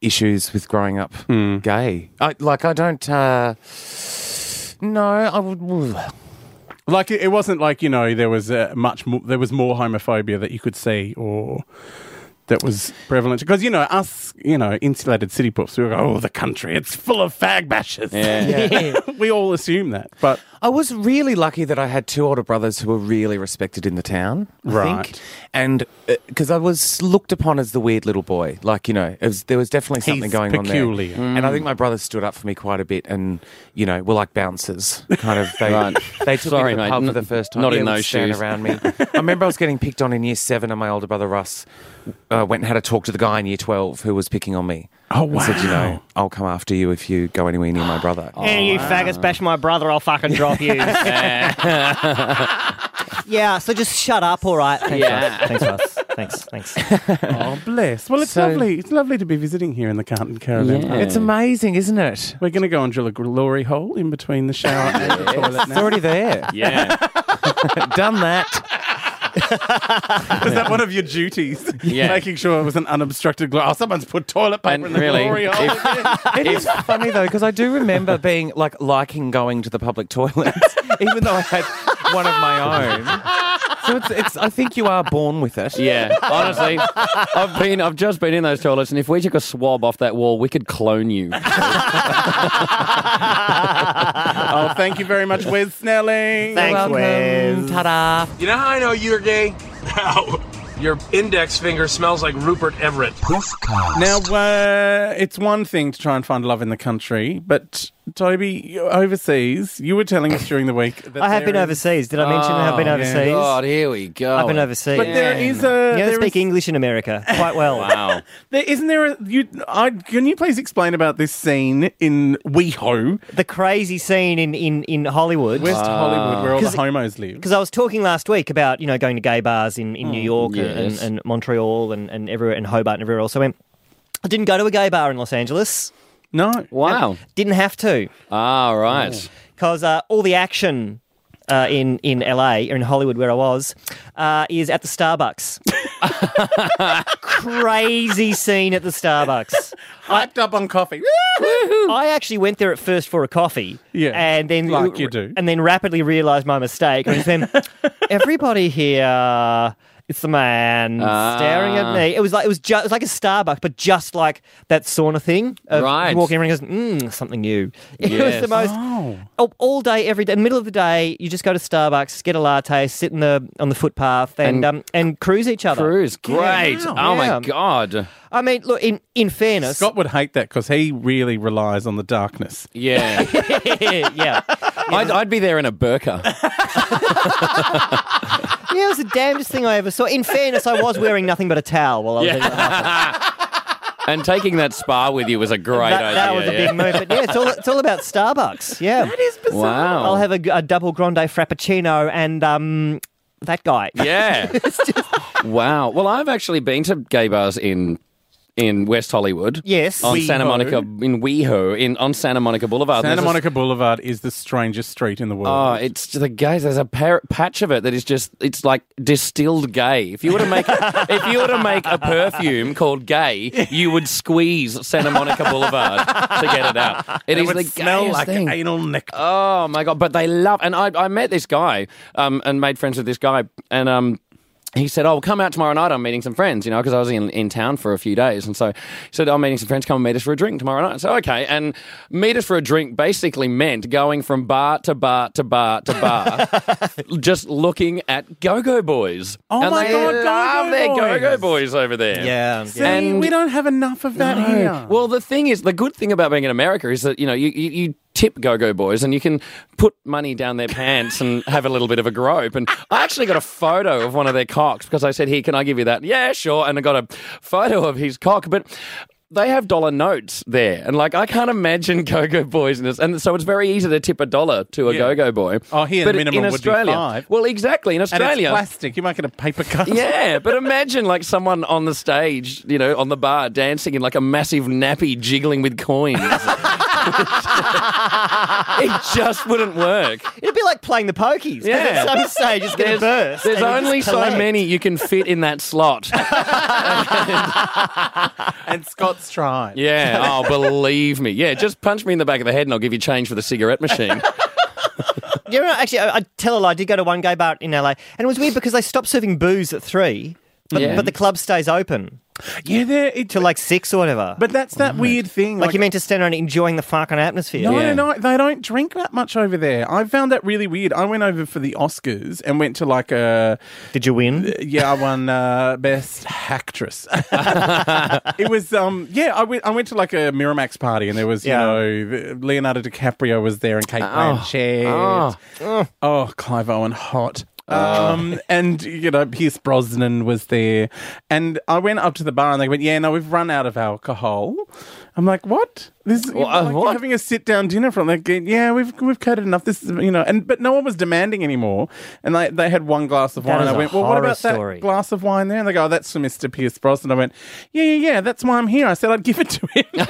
[SPEAKER 11] issues with growing up gay. I, like, I don't. Uh, no, I would.
[SPEAKER 5] Like it, it wasn't like you know there was uh, much mo- there was more homophobia that you could see or that was prevalent because you know us you know insulated city pups we were like, oh the country it's full of fag bashers <laughs>
[SPEAKER 6] Yeah.
[SPEAKER 5] we all assume that but
[SPEAKER 11] I was really lucky that I had two older brothers who were really respected in the town. I
[SPEAKER 5] Right.
[SPEAKER 11] Think. And because I was looked upon as the weird little boy. Like, you know, it was, there was definitely something
[SPEAKER 5] He's
[SPEAKER 11] going on
[SPEAKER 5] peculiar.
[SPEAKER 11] there. And I think my brothers stood up for me quite a bit and, you know, were like bouncers. Kind of.
[SPEAKER 6] <laughs>
[SPEAKER 11] They,
[SPEAKER 6] Right.
[SPEAKER 11] they took
[SPEAKER 6] Sorry,
[SPEAKER 11] me to the
[SPEAKER 6] mate,
[SPEAKER 11] pub
[SPEAKER 6] n-
[SPEAKER 11] for the first time.
[SPEAKER 6] not in
[SPEAKER 11] Yeah, would
[SPEAKER 6] those
[SPEAKER 11] stand
[SPEAKER 6] shoes. <laughs>
[SPEAKER 11] around me. I remember I was getting picked on in year seven and my older brother Russ uh, went and had a talk to the guy in year 12 who was picking on me.
[SPEAKER 5] Oh,
[SPEAKER 11] And said, you
[SPEAKER 5] wow. <laughs> Oh.
[SPEAKER 11] know, I'll come after you if you go anywhere near my brother.
[SPEAKER 3] And you faggots bash my brother, I'll fucking
[SPEAKER 5] <laughs>
[SPEAKER 3] drop you. yeah, so just shut up, all right. Thanks,
[SPEAKER 6] Yeah.
[SPEAKER 3] Russ. Thanks, Russ. Thanks,
[SPEAKER 5] <laughs>
[SPEAKER 3] thanks.
[SPEAKER 5] oh bless well it's
[SPEAKER 11] So-
[SPEAKER 5] lovely it's lovely to be visiting here in the Carlton Caravan
[SPEAKER 6] Yeah.
[SPEAKER 5] Park.
[SPEAKER 11] It's amazing, isn't it?
[SPEAKER 5] We're going to go and drill a glory hole in between the shower and the toilet
[SPEAKER 11] It's
[SPEAKER 5] now.
[SPEAKER 11] already there.
[SPEAKER 6] <laughs>
[SPEAKER 11] <laughs>
[SPEAKER 6] Yeah.
[SPEAKER 11] Done that.
[SPEAKER 5] Was that one of your duties?
[SPEAKER 6] <laughs> Yeah.
[SPEAKER 5] Making sure it was an unobstructed glory. Oh, someone's put toilet paper
[SPEAKER 6] And
[SPEAKER 5] in the
[SPEAKER 6] really,
[SPEAKER 5] glory hole.
[SPEAKER 6] if-
[SPEAKER 11] <laughs> It is funny though because I do remember being like liking going to the public toilets, <laughs> even though I had one of my own. So it's, it's I think you are born with it.
[SPEAKER 6] <laughs> Yeah. Honestly, I've been I've just been in those toilets and if we took a swab off that wall, we could clone you.
[SPEAKER 5] oh, thank you very much, Wes Snelling.
[SPEAKER 3] Thanks,
[SPEAKER 11] Um,
[SPEAKER 3] Wes.
[SPEAKER 11] Ta-da.
[SPEAKER 12] You know how I know you're gay? How? Your index finger smells like Rupert Everett.
[SPEAKER 5] Now, uh, it's one thing to try and find love in the country, but Toby, you're overseas, you were telling us during the week that
[SPEAKER 3] I have
[SPEAKER 5] there
[SPEAKER 3] been
[SPEAKER 5] is- Oh,
[SPEAKER 3] overseas. Did I mention I've been
[SPEAKER 5] yeah.
[SPEAKER 3] overseas?
[SPEAKER 6] God, here we go.
[SPEAKER 3] I've been overseas.
[SPEAKER 5] But there is a.
[SPEAKER 3] You know, they
[SPEAKER 5] there
[SPEAKER 3] speak
[SPEAKER 5] is-
[SPEAKER 3] English in America quite well.
[SPEAKER 6] Wow.
[SPEAKER 5] there, isn't there a. You, I, can you please explain about this scene in WeHo,
[SPEAKER 3] The crazy scene in, in, in Hollywood.
[SPEAKER 5] West Hollywood, where all the
[SPEAKER 3] 'Cause-
[SPEAKER 5] homos live?
[SPEAKER 3] because I was talking last week about you know going to gay bars in, in New York and,
[SPEAKER 6] yes.
[SPEAKER 3] and Montreal and, and everywhere and Hobart and everywhere else. I went. I didn't go to a gay bar in Los Angeles.
[SPEAKER 5] No.
[SPEAKER 6] Wow.
[SPEAKER 3] Didn't have to
[SPEAKER 6] All right.
[SPEAKER 3] because uh, all the action uh, in in LA or in Hollywood where I was uh, is at the Starbucks. Crazy scene at the Starbucks.
[SPEAKER 5] Hyped up on coffee.
[SPEAKER 3] I actually went there at first for a coffee.
[SPEAKER 5] Yeah,
[SPEAKER 3] And then
[SPEAKER 5] like you do. <laughs>
[SPEAKER 3] And then rapidly realized my mistake. I just went, everybody here It's the man
[SPEAKER 6] Ah.
[SPEAKER 3] staring at me. It was like it was just like a Starbucks, but just like that sauna thing. Of
[SPEAKER 6] Right.
[SPEAKER 3] Walking around and goes, mm, something new. <laughs> It was
[SPEAKER 6] Yes.
[SPEAKER 3] the most oh, all day, every day, middle of the day. You just go to Starbucks, get a latte, sit in the on the footpath, and and,
[SPEAKER 6] And-
[SPEAKER 3] um, and cruise each other.
[SPEAKER 6] Cruise, great. Oh
[SPEAKER 3] Yeah.
[SPEAKER 6] my god.
[SPEAKER 3] I mean, look. In in fairness,
[SPEAKER 5] Scott would hate that because he really relies on the darkness.
[SPEAKER 6] Yeah.
[SPEAKER 5] <laughs>
[SPEAKER 3] yeah.
[SPEAKER 6] <laughs> I'd, I'd be there in a burqa.
[SPEAKER 3] Yeah, it was the damnedest thing I ever saw. In fairness, I was wearing nothing but a towel while I was
[SPEAKER 6] <laughs>
[SPEAKER 3] in the
[SPEAKER 6] and taking that spa with you was a great
[SPEAKER 3] that,
[SPEAKER 6] idea.
[SPEAKER 3] that was a
[SPEAKER 6] yeah.
[SPEAKER 3] big move. But yeah, it's all, it's all about Starbucks. Yeah. That is
[SPEAKER 6] bizarre. Wow.
[SPEAKER 3] I'll have a, a double grande frappuccino and um, that guy.
[SPEAKER 6] <laughs>
[SPEAKER 3] <laughs>
[SPEAKER 6] Yeah. wow. Well, I've actually been to gay bars in in West Hollywood.
[SPEAKER 3] Yes.
[SPEAKER 6] On Santa
[SPEAKER 5] WeHo.
[SPEAKER 6] Monica in WeHo in on Santa Monica Boulevard.
[SPEAKER 5] Santa
[SPEAKER 6] Oh, There's a-
[SPEAKER 5] Monica Boulevard is the strangest street in the world.
[SPEAKER 6] Oh, it's just the gays. There's a par- patch of it that is just it's like distilled gay. If you were to make <laughs> if you were to make a perfume called gay, you would squeeze Santa Monica Boulevard to get it out.
[SPEAKER 5] It
[SPEAKER 6] is
[SPEAKER 5] would
[SPEAKER 6] the
[SPEAKER 5] smell
[SPEAKER 6] gayest
[SPEAKER 5] like
[SPEAKER 6] thing.
[SPEAKER 5] anal nectar.
[SPEAKER 6] Oh my god! But they love, and I, I met this guy um, and made friends with this guy, and um, he said, "Oh, come out tomorrow night. I'm meeting some friends, you know, because I was in, in town for a few days." And so he said, "Oh, "I'm meeting some friends. Come and meet us for a drink tomorrow night." So okay, and meet us for a drink basically meant going from bar to bar to bar to bar,
[SPEAKER 5] <laughs>
[SPEAKER 6] just looking at Go Go Boys.
[SPEAKER 5] Oh
[SPEAKER 6] and
[SPEAKER 5] my
[SPEAKER 6] they
[SPEAKER 5] God, Go-Go
[SPEAKER 6] love their Go
[SPEAKER 5] Boys.
[SPEAKER 6] Go Boys over there.
[SPEAKER 3] Yeah,
[SPEAKER 5] See, we don't have enough of that
[SPEAKER 6] Uh, No.
[SPEAKER 5] here.
[SPEAKER 6] Well, the thing is, the good thing about being in America is that you know you, you, you tip go-go boys and you can put money down their pants and have a little bit of a grope. And I actually got a photo of one of their cocks because I said, "Here, can I give you that?" Yeah, sure. And I got a photo of his cock, but. They have dollar notes there, and like I can't imagine go-go boys in this, and so it's very easy to tip a dollar to a
[SPEAKER 5] Yeah.
[SPEAKER 6] go-go boy.
[SPEAKER 5] Oh, here the
[SPEAKER 6] But
[SPEAKER 5] minimum
[SPEAKER 6] in
[SPEAKER 5] would
[SPEAKER 6] Australia,
[SPEAKER 5] be five.
[SPEAKER 6] Well, exactly in
[SPEAKER 5] And it's
[SPEAKER 6] Australia,
[SPEAKER 5] plastic. You might get a paper cut.
[SPEAKER 6] yeah, but imagine like someone on the stage, you know, on the bar dancing in like a massive nappy jiggling with coins. <laughs> it just wouldn't work.
[SPEAKER 3] It'd be like playing the pokies. 'cause
[SPEAKER 6] Yeah.
[SPEAKER 3] At some stage, it's going to
[SPEAKER 6] There's,
[SPEAKER 3] burst.
[SPEAKER 6] there's
[SPEAKER 3] and you
[SPEAKER 6] only
[SPEAKER 3] just
[SPEAKER 6] so
[SPEAKER 3] collect.
[SPEAKER 6] many you can fit in that slot.
[SPEAKER 5] <laughs> and Scott's tried.
[SPEAKER 6] Yeah, oh, believe me. Yeah, just punch me in the back of the head and I'll give you change for the cigarette machine.
[SPEAKER 3] You know, actually, I, I tell a lie. I did go to one gay bar in LA, and it was weird because they stopped serving booze at three, but,
[SPEAKER 6] Yeah.
[SPEAKER 3] <laughs> but the club stays open
[SPEAKER 5] Yeah, there. It,
[SPEAKER 3] till like six or whatever.
[SPEAKER 5] but that's that weird thing.
[SPEAKER 3] like, you meant to stand around enjoying the fucking atmosphere.
[SPEAKER 5] No,
[SPEAKER 6] Yeah.
[SPEAKER 5] no, no. They don't drink that much over there. I found that really weird. I went over for the Oscars and went to like a
[SPEAKER 3] Did you win?
[SPEAKER 5] yeah, I won uh, best actress. <laughs> it was um yeah, I went I went to like a Miramax party and there was you
[SPEAKER 3] Yeah.
[SPEAKER 5] know Leonardo DiCaprio was there and Kate Blanchett. Oh, Clive Owen hot. Um and you know Pierce Brosnan was there, and I went up to the bar and they went, "Yeah, no, we've run out of alcohol." I'm like, "What? This is
[SPEAKER 6] Well, uh,
[SPEAKER 5] like,
[SPEAKER 6] what?
[SPEAKER 5] having a sit down dinner from like yeah we've we've coded enough this is you know and but no one was demanding anymore and they they had one glass of
[SPEAKER 3] That
[SPEAKER 5] wine and
[SPEAKER 3] is
[SPEAKER 5] I
[SPEAKER 3] a
[SPEAKER 5] went well what
[SPEAKER 3] horror
[SPEAKER 5] about
[SPEAKER 3] story.
[SPEAKER 5] that glass of wine there and they go oh, that's for Mr Pierce Brosnan I went yeah yeah yeah that's why I'm here I said I'd give it to him <laughs> and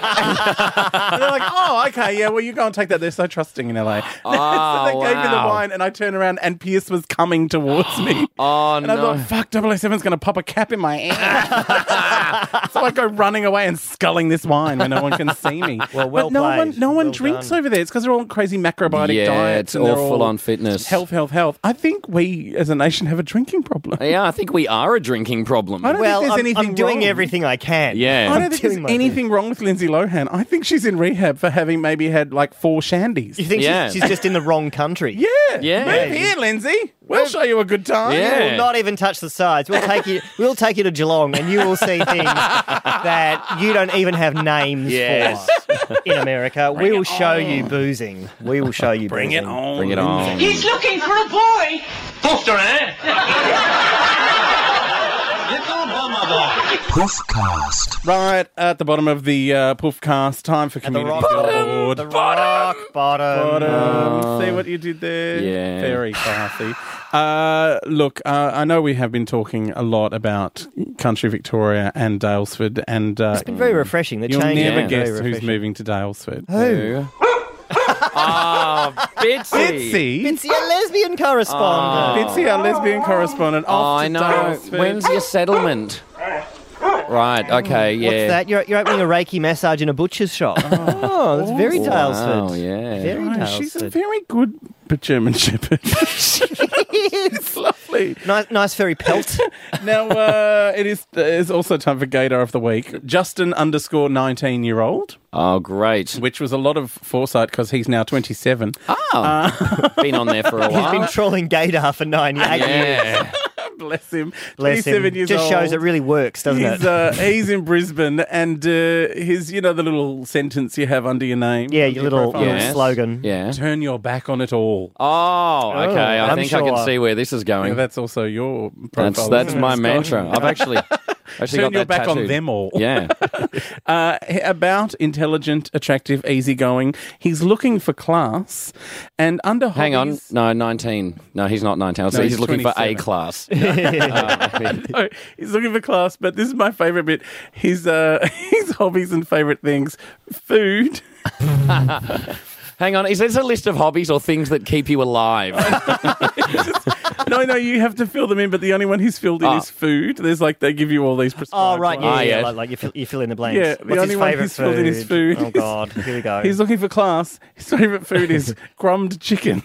[SPEAKER 5] they're like oh okay yeah well you go and take that they're so trusting in <laughs>
[SPEAKER 3] <gasps>
[SPEAKER 5] LA
[SPEAKER 3] Oh,
[SPEAKER 5] so they gave me the
[SPEAKER 6] wow.
[SPEAKER 5] wine and I turned around and Pierce was coming towards
[SPEAKER 3] <gasps>
[SPEAKER 5] me
[SPEAKER 6] Oh,
[SPEAKER 5] and I
[SPEAKER 6] no.
[SPEAKER 5] thought fuck 007's gonna pop a cap in
[SPEAKER 3] <laughs>
[SPEAKER 5] my ass <laughs> so I go running away and sculling this wine when no one can see me
[SPEAKER 3] Well, well
[SPEAKER 5] but no
[SPEAKER 3] played.
[SPEAKER 5] one, no one
[SPEAKER 3] Well
[SPEAKER 5] drinks
[SPEAKER 3] done.
[SPEAKER 5] over there. It's because they're all on crazy macrobiotic
[SPEAKER 6] Yeah,
[SPEAKER 5] diets.
[SPEAKER 6] it's
[SPEAKER 5] and they're
[SPEAKER 6] all full on fitness.
[SPEAKER 5] Health, health, health. I think we as a nation have a drinking problem.
[SPEAKER 6] yeah, I think we are a drinking problem.
[SPEAKER 5] I don't
[SPEAKER 3] Well,
[SPEAKER 5] think
[SPEAKER 3] I'm,
[SPEAKER 5] there's
[SPEAKER 3] I'm
[SPEAKER 5] anything
[SPEAKER 3] doing
[SPEAKER 5] wrong.
[SPEAKER 3] everything I can.
[SPEAKER 6] Yeah.
[SPEAKER 5] I
[SPEAKER 6] I'm
[SPEAKER 5] don't think there's
[SPEAKER 3] doing my thing.
[SPEAKER 5] anything wrong with Lindsay Lohan. I think she's in rehab for having maybe had like four shandies.
[SPEAKER 3] You think
[SPEAKER 6] Yeah.
[SPEAKER 3] she's, she's just in the wrong <laughs> country?
[SPEAKER 5] yeah,
[SPEAKER 6] Yeah.
[SPEAKER 5] Move here, Lindsay. We'll show you a good time.
[SPEAKER 6] Yeah.
[SPEAKER 3] We'll not even touch the sides. We'll take you. We'll take you to Geelong, and you
[SPEAKER 5] <laughs>
[SPEAKER 3] will see things that you don't even have names
[SPEAKER 6] Yes.
[SPEAKER 3] for in America. we will show you boozing. We will show you.
[SPEAKER 5] Bring
[SPEAKER 3] boozing.
[SPEAKER 5] it on.
[SPEAKER 6] Bring it on.
[SPEAKER 1] He's looking for a boy.
[SPEAKER 2] Poster, eh? Little bummer boy.
[SPEAKER 4] Poofcast.
[SPEAKER 5] Right at the bottom of the uh, Poofcast, time for
[SPEAKER 3] And the
[SPEAKER 5] community
[SPEAKER 3] rock
[SPEAKER 5] gold.
[SPEAKER 3] bottom. The rock bottom.
[SPEAKER 5] Bottom. See what you did there?
[SPEAKER 6] Yeah.
[SPEAKER 5] Very classy. Uh, look, uh, I know we have been talking a lot about country Victoria and Dalesford, and uh,
[SPEAKER 3] It's been very refreshing. The
[SPEAKER 5] you'll
[SPEAKER 3] change.
[SPEAKER 5] never
[SPEAKER 3] is very
[SPEAKER 5] guess who's
[SPEAKER 3] refreshing.
[SPEAKER 5] moving to Dalesford.
[SPEAKER 6] Who? <laughs> Ah, Bitsy.
[SPEAKER 5] Bitsy.
[SPEAKER 3] It's your lesbian correspondent.
[SPEAKER 5] Bitsy, our lesbian correspondent.
[SPEAKER 6] Oh,
[SPEAKER 5] off to
[SPEAKER 6] I know.
[SPEAKER 5] Dalesford.
[SPEAKER 6] When's your settlement? Right. Okay. Yeah.
[SPEAKER 3] What's that? You're, you're opening a Reiki massage in a butcher's shop. Oh, that's very Dalesford.
[SPEAKER 6] Wow, yeah.
[SPEAKER 3] Very
[SPEAKER 5] Oh,
[SPEAKER 3] Dalesford. <laughs>
[SPEAKER 5] she's a very good German Shepherd.
[SPEAKER 3] Yes.
[SPEAKER 5] Absolutely.
[SPEAKER 3] Nice, nice
[SPEAKER 5] <laughs>
[SPEAKER 3] fairy pelt.
[SPEAKER 5] now uh, it is it's also time for Gator of the Week. Justin underscore nineteen year old.
[SPEAKER 6] Oh, great!
[SPEAKER 5] Which was a lot of foresight because he's now twenty seven.
[SPEAKER 3] Ah.
[SPEAKER 6] Oh, been on there for a
[SPEAKER 3] He's
[SPEAKER 6] while.
[SPEAKER 3] been trolling Gator for nine years.
[SPEAKER 6] yeah.
[SPEAKER 5] <laughs> Bless him.
[SPEAKER 3] Bless him.
[SPEAKER 5] 27 years
[SPEAKER 3] Just
[SPEAKER 5] old.
[SPEAKER 3] shows it really works, doesn't
[SPEAKER 5] he's,
[SPEAKER 3] it?
[SPEAKER 5] Uh, he's in Brisbane, and uh, his, you know, the little sentence you have under your name.
[SPEAKER 3] yeah,
[SPEAKER 5] under
[SPEAKER 3] your little,
[SPEAKER 5] profile.
[SPEAKER 3] little
[SPEAKER 6] Yes.
[SPEAKER 3] slogan.
[SPEAKER 6] Yeah.
[SPEAKER 3] <laughs>
[SPEAKER 5] Turn your back on it all.
[SPEAKER 6] Oh, okay. I
[SPEAKER 3] I'm
[SPEAKER 6] think I can
[SPEAKER 3] sure.
[SPEAKER 6] see where this is
[SPEAKER 5] Yeah,
[SPEAKER 6] going.
[SPEAKER 5] that's also your
[SPEAKER 6] That's
[SPEAKER 5] profile.
[SPEAKER 6] that's
[SPEAKER 5] isn't it,
[SPEAKER 6] my
[SPEAKER 5] Scott?
[SPEAKER 6] mantra. I've
[SPEAKER 5] <laughs>
[SPEAKER 6] actually actually got
[SPEAKER 5] Turn your
[SPEAKER 6] that
[SPEAKER 5] back on
[SPEAKER 6] tattooed.
[SPEAKER 5] them all.
[SPEAKER 6] Yeah.
[SPEAKER 5] <laughs> Uh, about intelligent, attractive, easygoing. He's looking for class, and under
[SPEAKER 6] Hang on.
[SPEAKER 5] hobbies-
[SPEAKER 6] No, 19. No, he's not 19. So
[SPEAKER 5] No,
[SPEAKER 6] he's,
[SPEAKER 5] he's
[SPEAKER 6] looking for A
[SPEAKER 5] 27.
[SPEAKER 6] class.
[SPEAKER 5] <laughs> No, he's looking for class, but this is my favourite bit. His uh, <laughs> his hobbies and favourite things: food. <laughs>
[SPEAKER 6] Hang on. Is this a list of hobbies or things that keep you
[SPEAKER 5] <laughs>
[SPEAKER 6] alive?
[SPEAKER 5] no, no, you have to fill them in, but the only one he's filled in
[SPEAKER 6] Ah.
[SPEAKER 5] is food. There's like they give you all these
[SPEAKER 3] Oh
[SPEAKER 5] prescribed.
[SPEAKER 3] right, yeah,
[SPEAKER 5] ones.
[SPEAKER 6] Ah,
[SPEAKER 3] yeah,
[SPEAKER 6] yeah.
[SPEAKER 3] Like, like you, fill, you fill in the blanks.
[SPEAKER 5] Yeah, the
[SPEAKER 3] What's
[SPEAKER 5] only
[SPEAKER 3] his
[SPEAKER 5] one
[SPEAKER 3] favorite
[SPEAKER 5] he's filled in is food.
[SPEAKER 3] Oh god, here we
[SPEAKER 5] <laughs>
[SPEAKER 3] go.
[SPEAKER 5] He's looking for class. His favourite food
[SPEAKER 3] <laughs>
[SPEAKER 5] is crumbed chicken.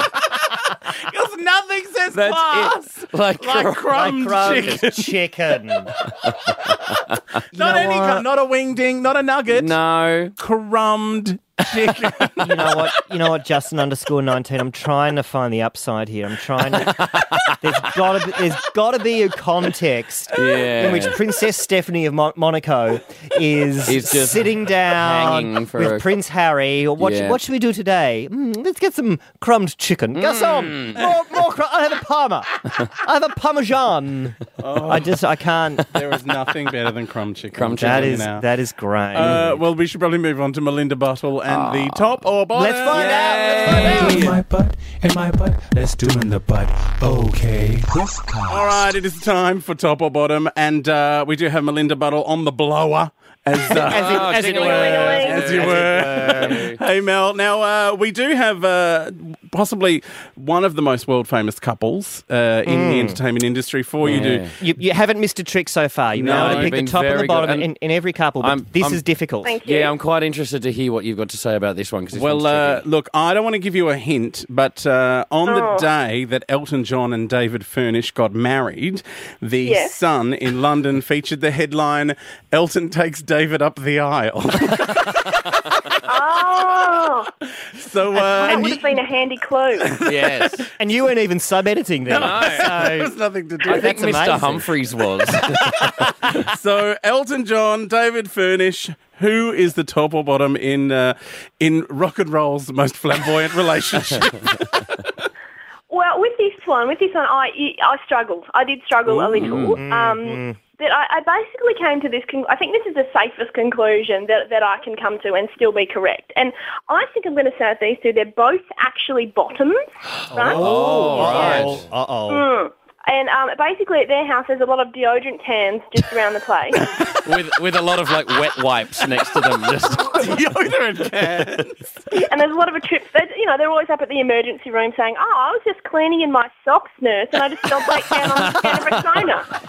[SPEAKER 5] Because nothing says
[SPEAKER 6] That's
[SPEAKER 5] class
[SPEAKER 6] it. Like,
[SPEAKER 5] like crumbed
[SPEAKER 3] Crumbs
[SPEAKER 5] chicken.
[SPEAKER 3] chicken.
[SPEAKER 5] Not any, kind- not a wing ding, not a nugget.
[SPEAKER 6] no.
[SPEAKER 5] Crumbed
[SPEAKER 3] <laughs>
[SPEAKER 5] chicken.
[SPEAKER 3] you know what? You know what? Justin underscore nineteen. I'm trying to find the upside here. I'm trying to. There's got to. There's got to be a context
[SPEAKER 6] Yeah.
[SPEAKER 3] in which Princess Stephanie of Mon- Monaco is
[SPEAKER 6] Is just
[SPEAKER 3] sitting down
[SPEAKER 6] hanging for
[SPEAKER 3] with
[SPEAKER 6] a-
[SPEAKER 3] Prince Harry. Or what? sh-
[SPEAKER 6] Yeah. Hmm.
[SPEAKER 3] what should we do today? Mm, let's get some crumbed chicken. Garçon, more, more crum- I have a parma. I have a parmesan.
[SPEAKER 5] Oh.
[SPEAKER 3] I just. I can't.
[SPEAKER 5] there is nothing better than crumb chicken.
[SPEAKER 6] Crumb chicken.
[SPEAKER 3] That is.
[SPEAKER 5] Now.
[SPEAKER 3] That is great.
[SPEAKER 5] Uh, well, we should probably move on to Melinda Buttle and the top or bottom.
[SPEAKER 3] Ah. Let's find out. Let's find out.
[SPEAKER 6] Yay.
[SPEAKER 12] In my butt, in my butt, let's do in the butt. Okay.
[SPEAKER 5] All right, it is time for top or bottom, and uh, we do have Melinda Buttle on the blower. As, uh,
[SPEAKER 3] as it,
[SPEAKER 6] Oh,
[SPEAKER 3] as it
[SPEAKER 6] jingling,
[SPEAKER 3] were.
[SPEAKER 6] jingling.
[SPEAKER 5] As you were. <laughs> hey, Mel. Now, uh, we do have uh, possibly one of the most world famous couples uh, in the entertainment industry for you. Do
[SPEAKER 3] You, you haven't missed a trick so far. You've
[SPEAKER 5] No,
[SPEAKER 3] been able to
[SPEAKER 5] you've
[SPEAKER 3] pick
[SPEAKER 6] been
[SPEAKER 3] the top and
[SPEAKER 6] very
[SPEAKER 3] the
[SPEAKER 6] good.
[SPEAKER 3] bottom
[SPEAKER 6] And
[SPEAKER 3] in, in every couple, but
[SPEAKER 6] I'm-
[SPEAKER 3] this
[SPEAKER 6] I'm-
[SPEAKER 3] is difficult.
[SPEAKER 6] Yeah, I'm quite interested to hear what you've got to say about this one. 'cause this
[SPEAKER 5] Well,
[SPEAKER 6] one's
[SPEAKER 5] uh,
[SPEAKER 6] tricky.
[SPEAKER 5] look, I don't want to give you a hint, but uh, on the day that Elton John and David Furnish got married, the Sun in <laughs> London featured the headline Elton takes David up the aisle. <laughs>
[SPEAKER 13] Oh,
[SPEAKER 5] so, uh, <laughs>
[SPEAKER 13] that would have been a handy clue.
[SPEAKER 6] <laughs> yes.
[SPEAKER 3] And you weren't even sub
[SPEAKER 6] <laughs>
[SPEAKER 3] editing there.
[SPEAKER 5] there's nothing to do.
[SPEAKER 6] I think
[SPEAKER 3] That's
[SPEAKER 6] Mr.
[SPEAKER 3] amazing.
[SPEAKER 6] Humphreys <laughs> was.
[SPEAKER 5] so Elton John, David Furnish, who is the top or bottom in uh, in rock and roll's most flamboyant
[SPEAKER 6] <laughs>
[SPEAKER 5] relationship?
[SPEAKER 13] Well, with this one, with this one, I I struggled. I did struggle a little. Um, that I, I basically came to this. Con- I think this is the safest conclusion that, that I can come to and still be correct. And I think I'm going to say with these two, they're both actually bottoms, right?
[SPEAKER 6] oh, right.
[SPEAKER 3] Uh oh.
[SPEAKER 13] And um, basically, at their house, there's a lot of deodorant cans just around the place.
[SPEAKER 6] with with a lot of like wet wipes next to them. Just
[SPEAKER 5] Deodorant can.
[SPEAKER 13] and there's a lot of a trip. They, you know, they're always up at the emergency room saying, "Oh, I was just cleaning in my socks, nurse, and I just fell back down on the can of Rexona."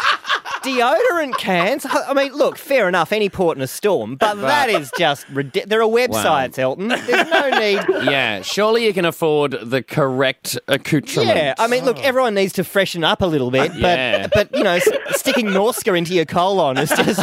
[SPEAKER 3] Deodorant cans? I I mean, look, fair enough, any port in a storm, but that is just ridiculous. There are websites, Elton. There's
[SPEAKER 6] <laughs>
[SPEAKER 3] no need.
[SPEAKER 6] <laughs> yeah, surely you can afford the correct accoutrement.
[SPEAKER 3] Yeah, I mean, look, everyone needs to freshen up a little bit, but
[SPEAKER 6] Yeah.
[SPEAKER 3] but you know, s- sticking Norska into your colon is just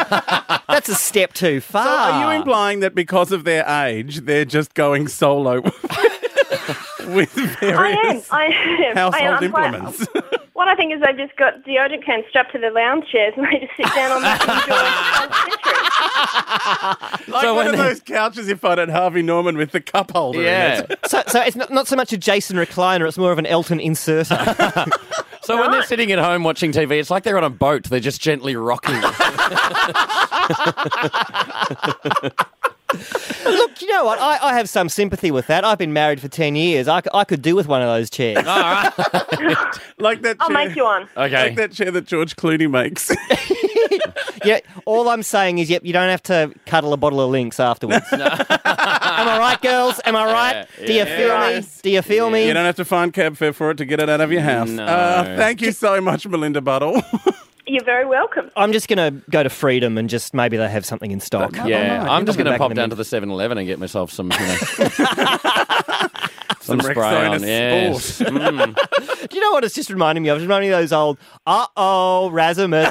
[SPEAKER 3] that's a step too far.
[SPEAKER 5] So are you implying that because of their age, they're just going solo <laughs> with
[SPEAKER 13] I am.
[SPEAKER 5] various
[SPEAKER 13] I am. I am.
[SPEAKER 5] household
[SPEAKER 13] I'm quite-
[SPEAKER 5] implements?
[SPEAKER 13] What I think is they've just got deodorant cans strapped to their lounge chairs and they just sit down on them and enjoy the country.
[SPEAKER 5] <laughs> like
[SPEAKER 6] So
[SPEAKER 5] one
[SPEAKER 6] when
[SPEAKER 5] of
[SPEAKER 6] they-
[SPEAKER 5] those couches you find at Harvey Norman with the cup holder. In
[SPEAKER 6] Yeah.
[SPEAKER 5] it.
[SPEAKER 3] So, so it's not, not so much a Jason recliner, it's more of an Elton inserter.
[SPEAKER 6] So when they're sitting at home watching TV, it's like they're on a boat. They're just gently <laughs> rocking.
[SPEAKER 3] Look, you know what? I, I have some sympathy with that. I've been married for 10 years. I, c- I could do with one of those chairs.
[SPEAKER 5] Like that.
[SPEAKER 13] I'll
[SPEAKER 5] chair,
[SPEAKER 13] make you one.
[SPEAKER 5] Like
[SPEAKER 6] Okay.
[SPEAKER 5] that chair that George Clooney makes. <laughs>
[SPEAKER 3] yeah, all I'm saying is, yep, you don't have to cuddle a bottle of Lynx afterwards. <laughs> Am I right, girls? Am I right?
[SPEAKER 6] Yeah,
[SPEAKER 3] do you
[SPEAKER 6] yeah.
[SPEAKER 3] feel me?
[SPEAKER 13] Yes.
[SPEAKER 3] Do you feel me?
[SPEAKER 5] You don't have to find cab fare for it to get it out of your house.
[SPEAKER 6] No.
[SPEAKER 5] Uh, thank you so much, Melinda <laughs> Buttle.
[SPEAKER 13] You're very welcome.
[SPEAKER 3] I'm just going to go to Freedom and just maybe they have something in stock.
[SPEAKER 6] <laughs> yeah,
[SPEAKER 3] Oh,
[SPEAKER 6] I'm
[SPEAKER 3] no,
[SPEAKER 6] just
[SPEAKER 3] I'll
[SPEAKER 6] going
[SPEAKER 3] be
[SPEAKER 6] to
[SPEAKER 3] back in
[SPEAKER 6] pop
[SPEAKER 3] a
[SPEAKER 6] down
[SPEAKER 3] minute.
[SPEAKER 6] <laughs> to the 7-Eleven and get myself some. You know, Some
[SPEAKER 5] Some
[SPEAKER 6] spray
[SPEAKER 5] Rexona
[SPEAKER 6] on, yes.
[SPEAKER 5] Sport.
[SPEAKER 3] Do you know what it's just reminding me of? It's reminding me of those old, uh oh,
[SPEAKER 6] <laughs>
[SPEAKER 3] razzmatazz.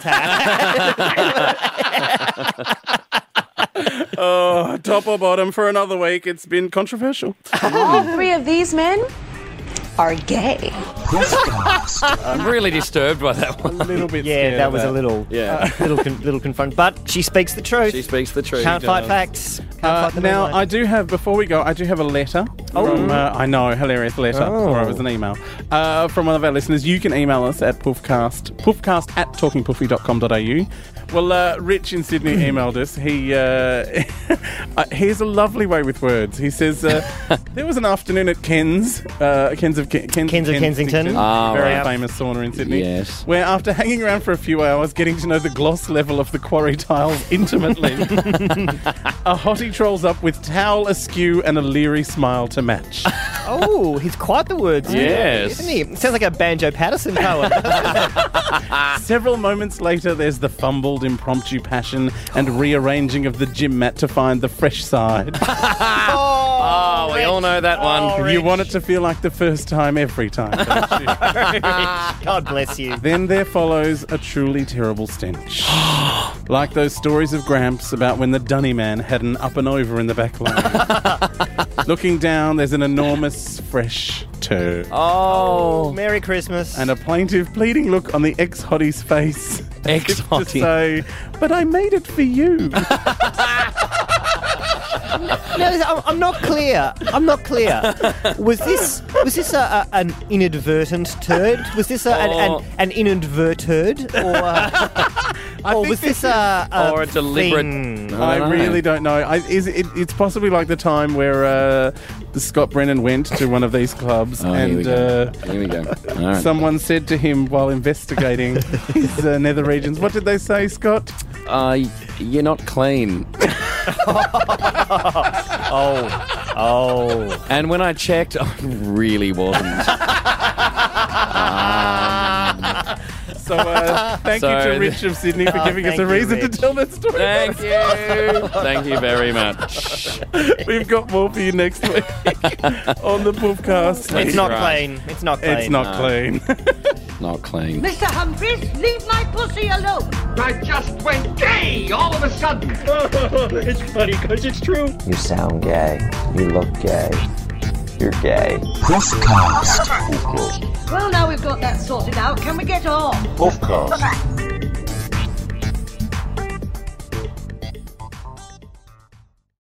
[SPEAKER 5] oh, top or bottom for another week. It's been controversial.
[SPEAKER 14] All three of these men are gay.
[SPEAKER 6] <laughs> I'm really disturbed by <laughs> that one. A
[SPEAKER 5] little bit.
[SPEAKER 3] <laughs> yeah, that was a little,
[SPEAKER 6] Yeah.
[SPEAKER 3] uh, little, con- little confront. But she speaks the truth.
[SPEAKER 6] She speaks the truth.
[SPEAKER 3] Can't
[SPEAKER 6] She
[SPEAKER 3] fight
[SPEAKER 6] does.
[SPEAKER 3] facts. Can't
[SPEAKER 5] Uh,
[SPEAKER 3] fight them
[SPEAKER 5] now,
[SPEAKER 3] online.
[SPEAKER 5] I do have, before we go, I do have a letter.
[SPEAKER 3] Oh.
[SPEAKER 5] From, uh, I know, hilarious letter.
[SPEAKER 3] Oh.
[SPEAKER 5] Or it was an email. Uh, from one of our listeners. You can email us at poofcast, poofcast at talkingpoofy.com.au. Well, uh, Rich in
[SPEAKER 3] <laughs>
[SPEAKER 5] Sydney emailed us. He uh, <laughs> uh, Here's a lovely way with words. He says,
[SPEAKER 3] <laughs>
[SPEAKER 5] uh, There was an afternoon at Ken's, uh, Ken's of, Ken, Ken's
[SPEAKER 3] Ken's of Kensington. Ah,
[SPEAKER 5] very
[SPEAKER 3] right.
[SPEAKER 5] famous sauna in Sydney.
[SPEAKER 6] Yes.
[SPEAKER 5] Where after hanging around for a few hours, getting to know the gloss level of the quarry tiles <laughs> intimately, a hottie trolls up with towel askew and a leery smile to match.
[SPEAKER 3] <laughs> oh, he's quite the words.
[SPEAKER 5] Yes.
[SPEAKER 3] Isn't he? Sounds like a Banjo Patterson poem.
[SPEAKER 5] Several moments later, there's the fumbled impromptu passion and rearranging of the gym mat to find the fresh
[SPEAKER 3] <laughs>
[SPEAKER 5] side.
[SPEAKER 6] Oh, we all know that one.
[SPEAKER 3] Oh,
[SPEAKER 5] you want it to feel like the first time every
[SPEAKER 3] <laughs>
[SPEAKER 5] time.
[SPEAKER 3] God bless you.
[SPEAKER 5] then there follows a truly
[SPEAKER 6] <gasps>
[SPEAKER 5] terrible stench. like those stories of Gramps about when the dunny man had an up and over in the back line.
[SPEAKER 6] <laughs>
[SPEAKER 5] Looking down, there's an enormous fresh turd.
[SPEAKER 3] Oh, Merry Christmas.
[SPEAKER 5] and a plaintive, pleading look on the ex hottie's face. Ex hottie. To say, but I made it
[SPEAKER 6] <laughs>
[SPEAKER 5] for you.
[SPEAKER 3] No, I'm- I'm not clear. I'm not clear. Was this was this a, a, an inadvertent turd? Was this a, an, an, an inadvertent turd, or, or was this a, a
[SPEAKER 6] or a deliberate.
[SPEAKER 3] thing?
[SPEAKER 5] I really don't know. I, is it, it's possibly like the time where uh, Scott Brennan went to one of these clubs
[SPEAKER 6] Oh, here we
[SPEAKER 5] and
[SPEAKER 6] go.
[SPEAKER 5] uh,
[SPEAKER 6] Here we go. All right.
[SPEAKER 5] someone said to him
[SPEAKER 6] <laughs>
[SPEAKER 5] while investigating his uh, nether regions, What did they say, Scott?
[SPEAKER 6] Uh, you're not clean.
[SPEAKER 3] <laughs> oh, oh.
[SPEAKER 6] And when I checked, I really wasn't.
[SPEAKER 5] So uh, thank you
[SPEAKER 6] So-
[SPEAKER 5] to Rich of Sydney for
[SPEAKER 6] Oh,
[SPEAKER 5] giving us
[SPEAKER 6] thank
[SPEAKER 5] a
[SPEAKER 6] you,
[SPEAKER 5] reason
[SPEAKER 6] Rich.
[SPEAKER 5] to tell that story.
[SPEAKER 6] Thank you. Thank you very much.
[SPEAKER 5] We've got more for you next
[SPEAKER 6] <laughs>
[SPEAKER 5] week on the podcast.
[SPEAKER 3] It's not clean. It's not clean.
[SPEAKER 5] It's not clean.
[SPEAKER 6] Not clean.
[SPEAKER 1] Mr. Humphries, leave my pussy alone. I just went gay all of a sudden. it's funny because it's true.
[SPEAKER 4] You sound gay. You look gay. You're gay. Poofcast.
[SPEAKER 1] Well, now we've got that sorted out, can we get on?
[SPEAKER 4] Poofcast.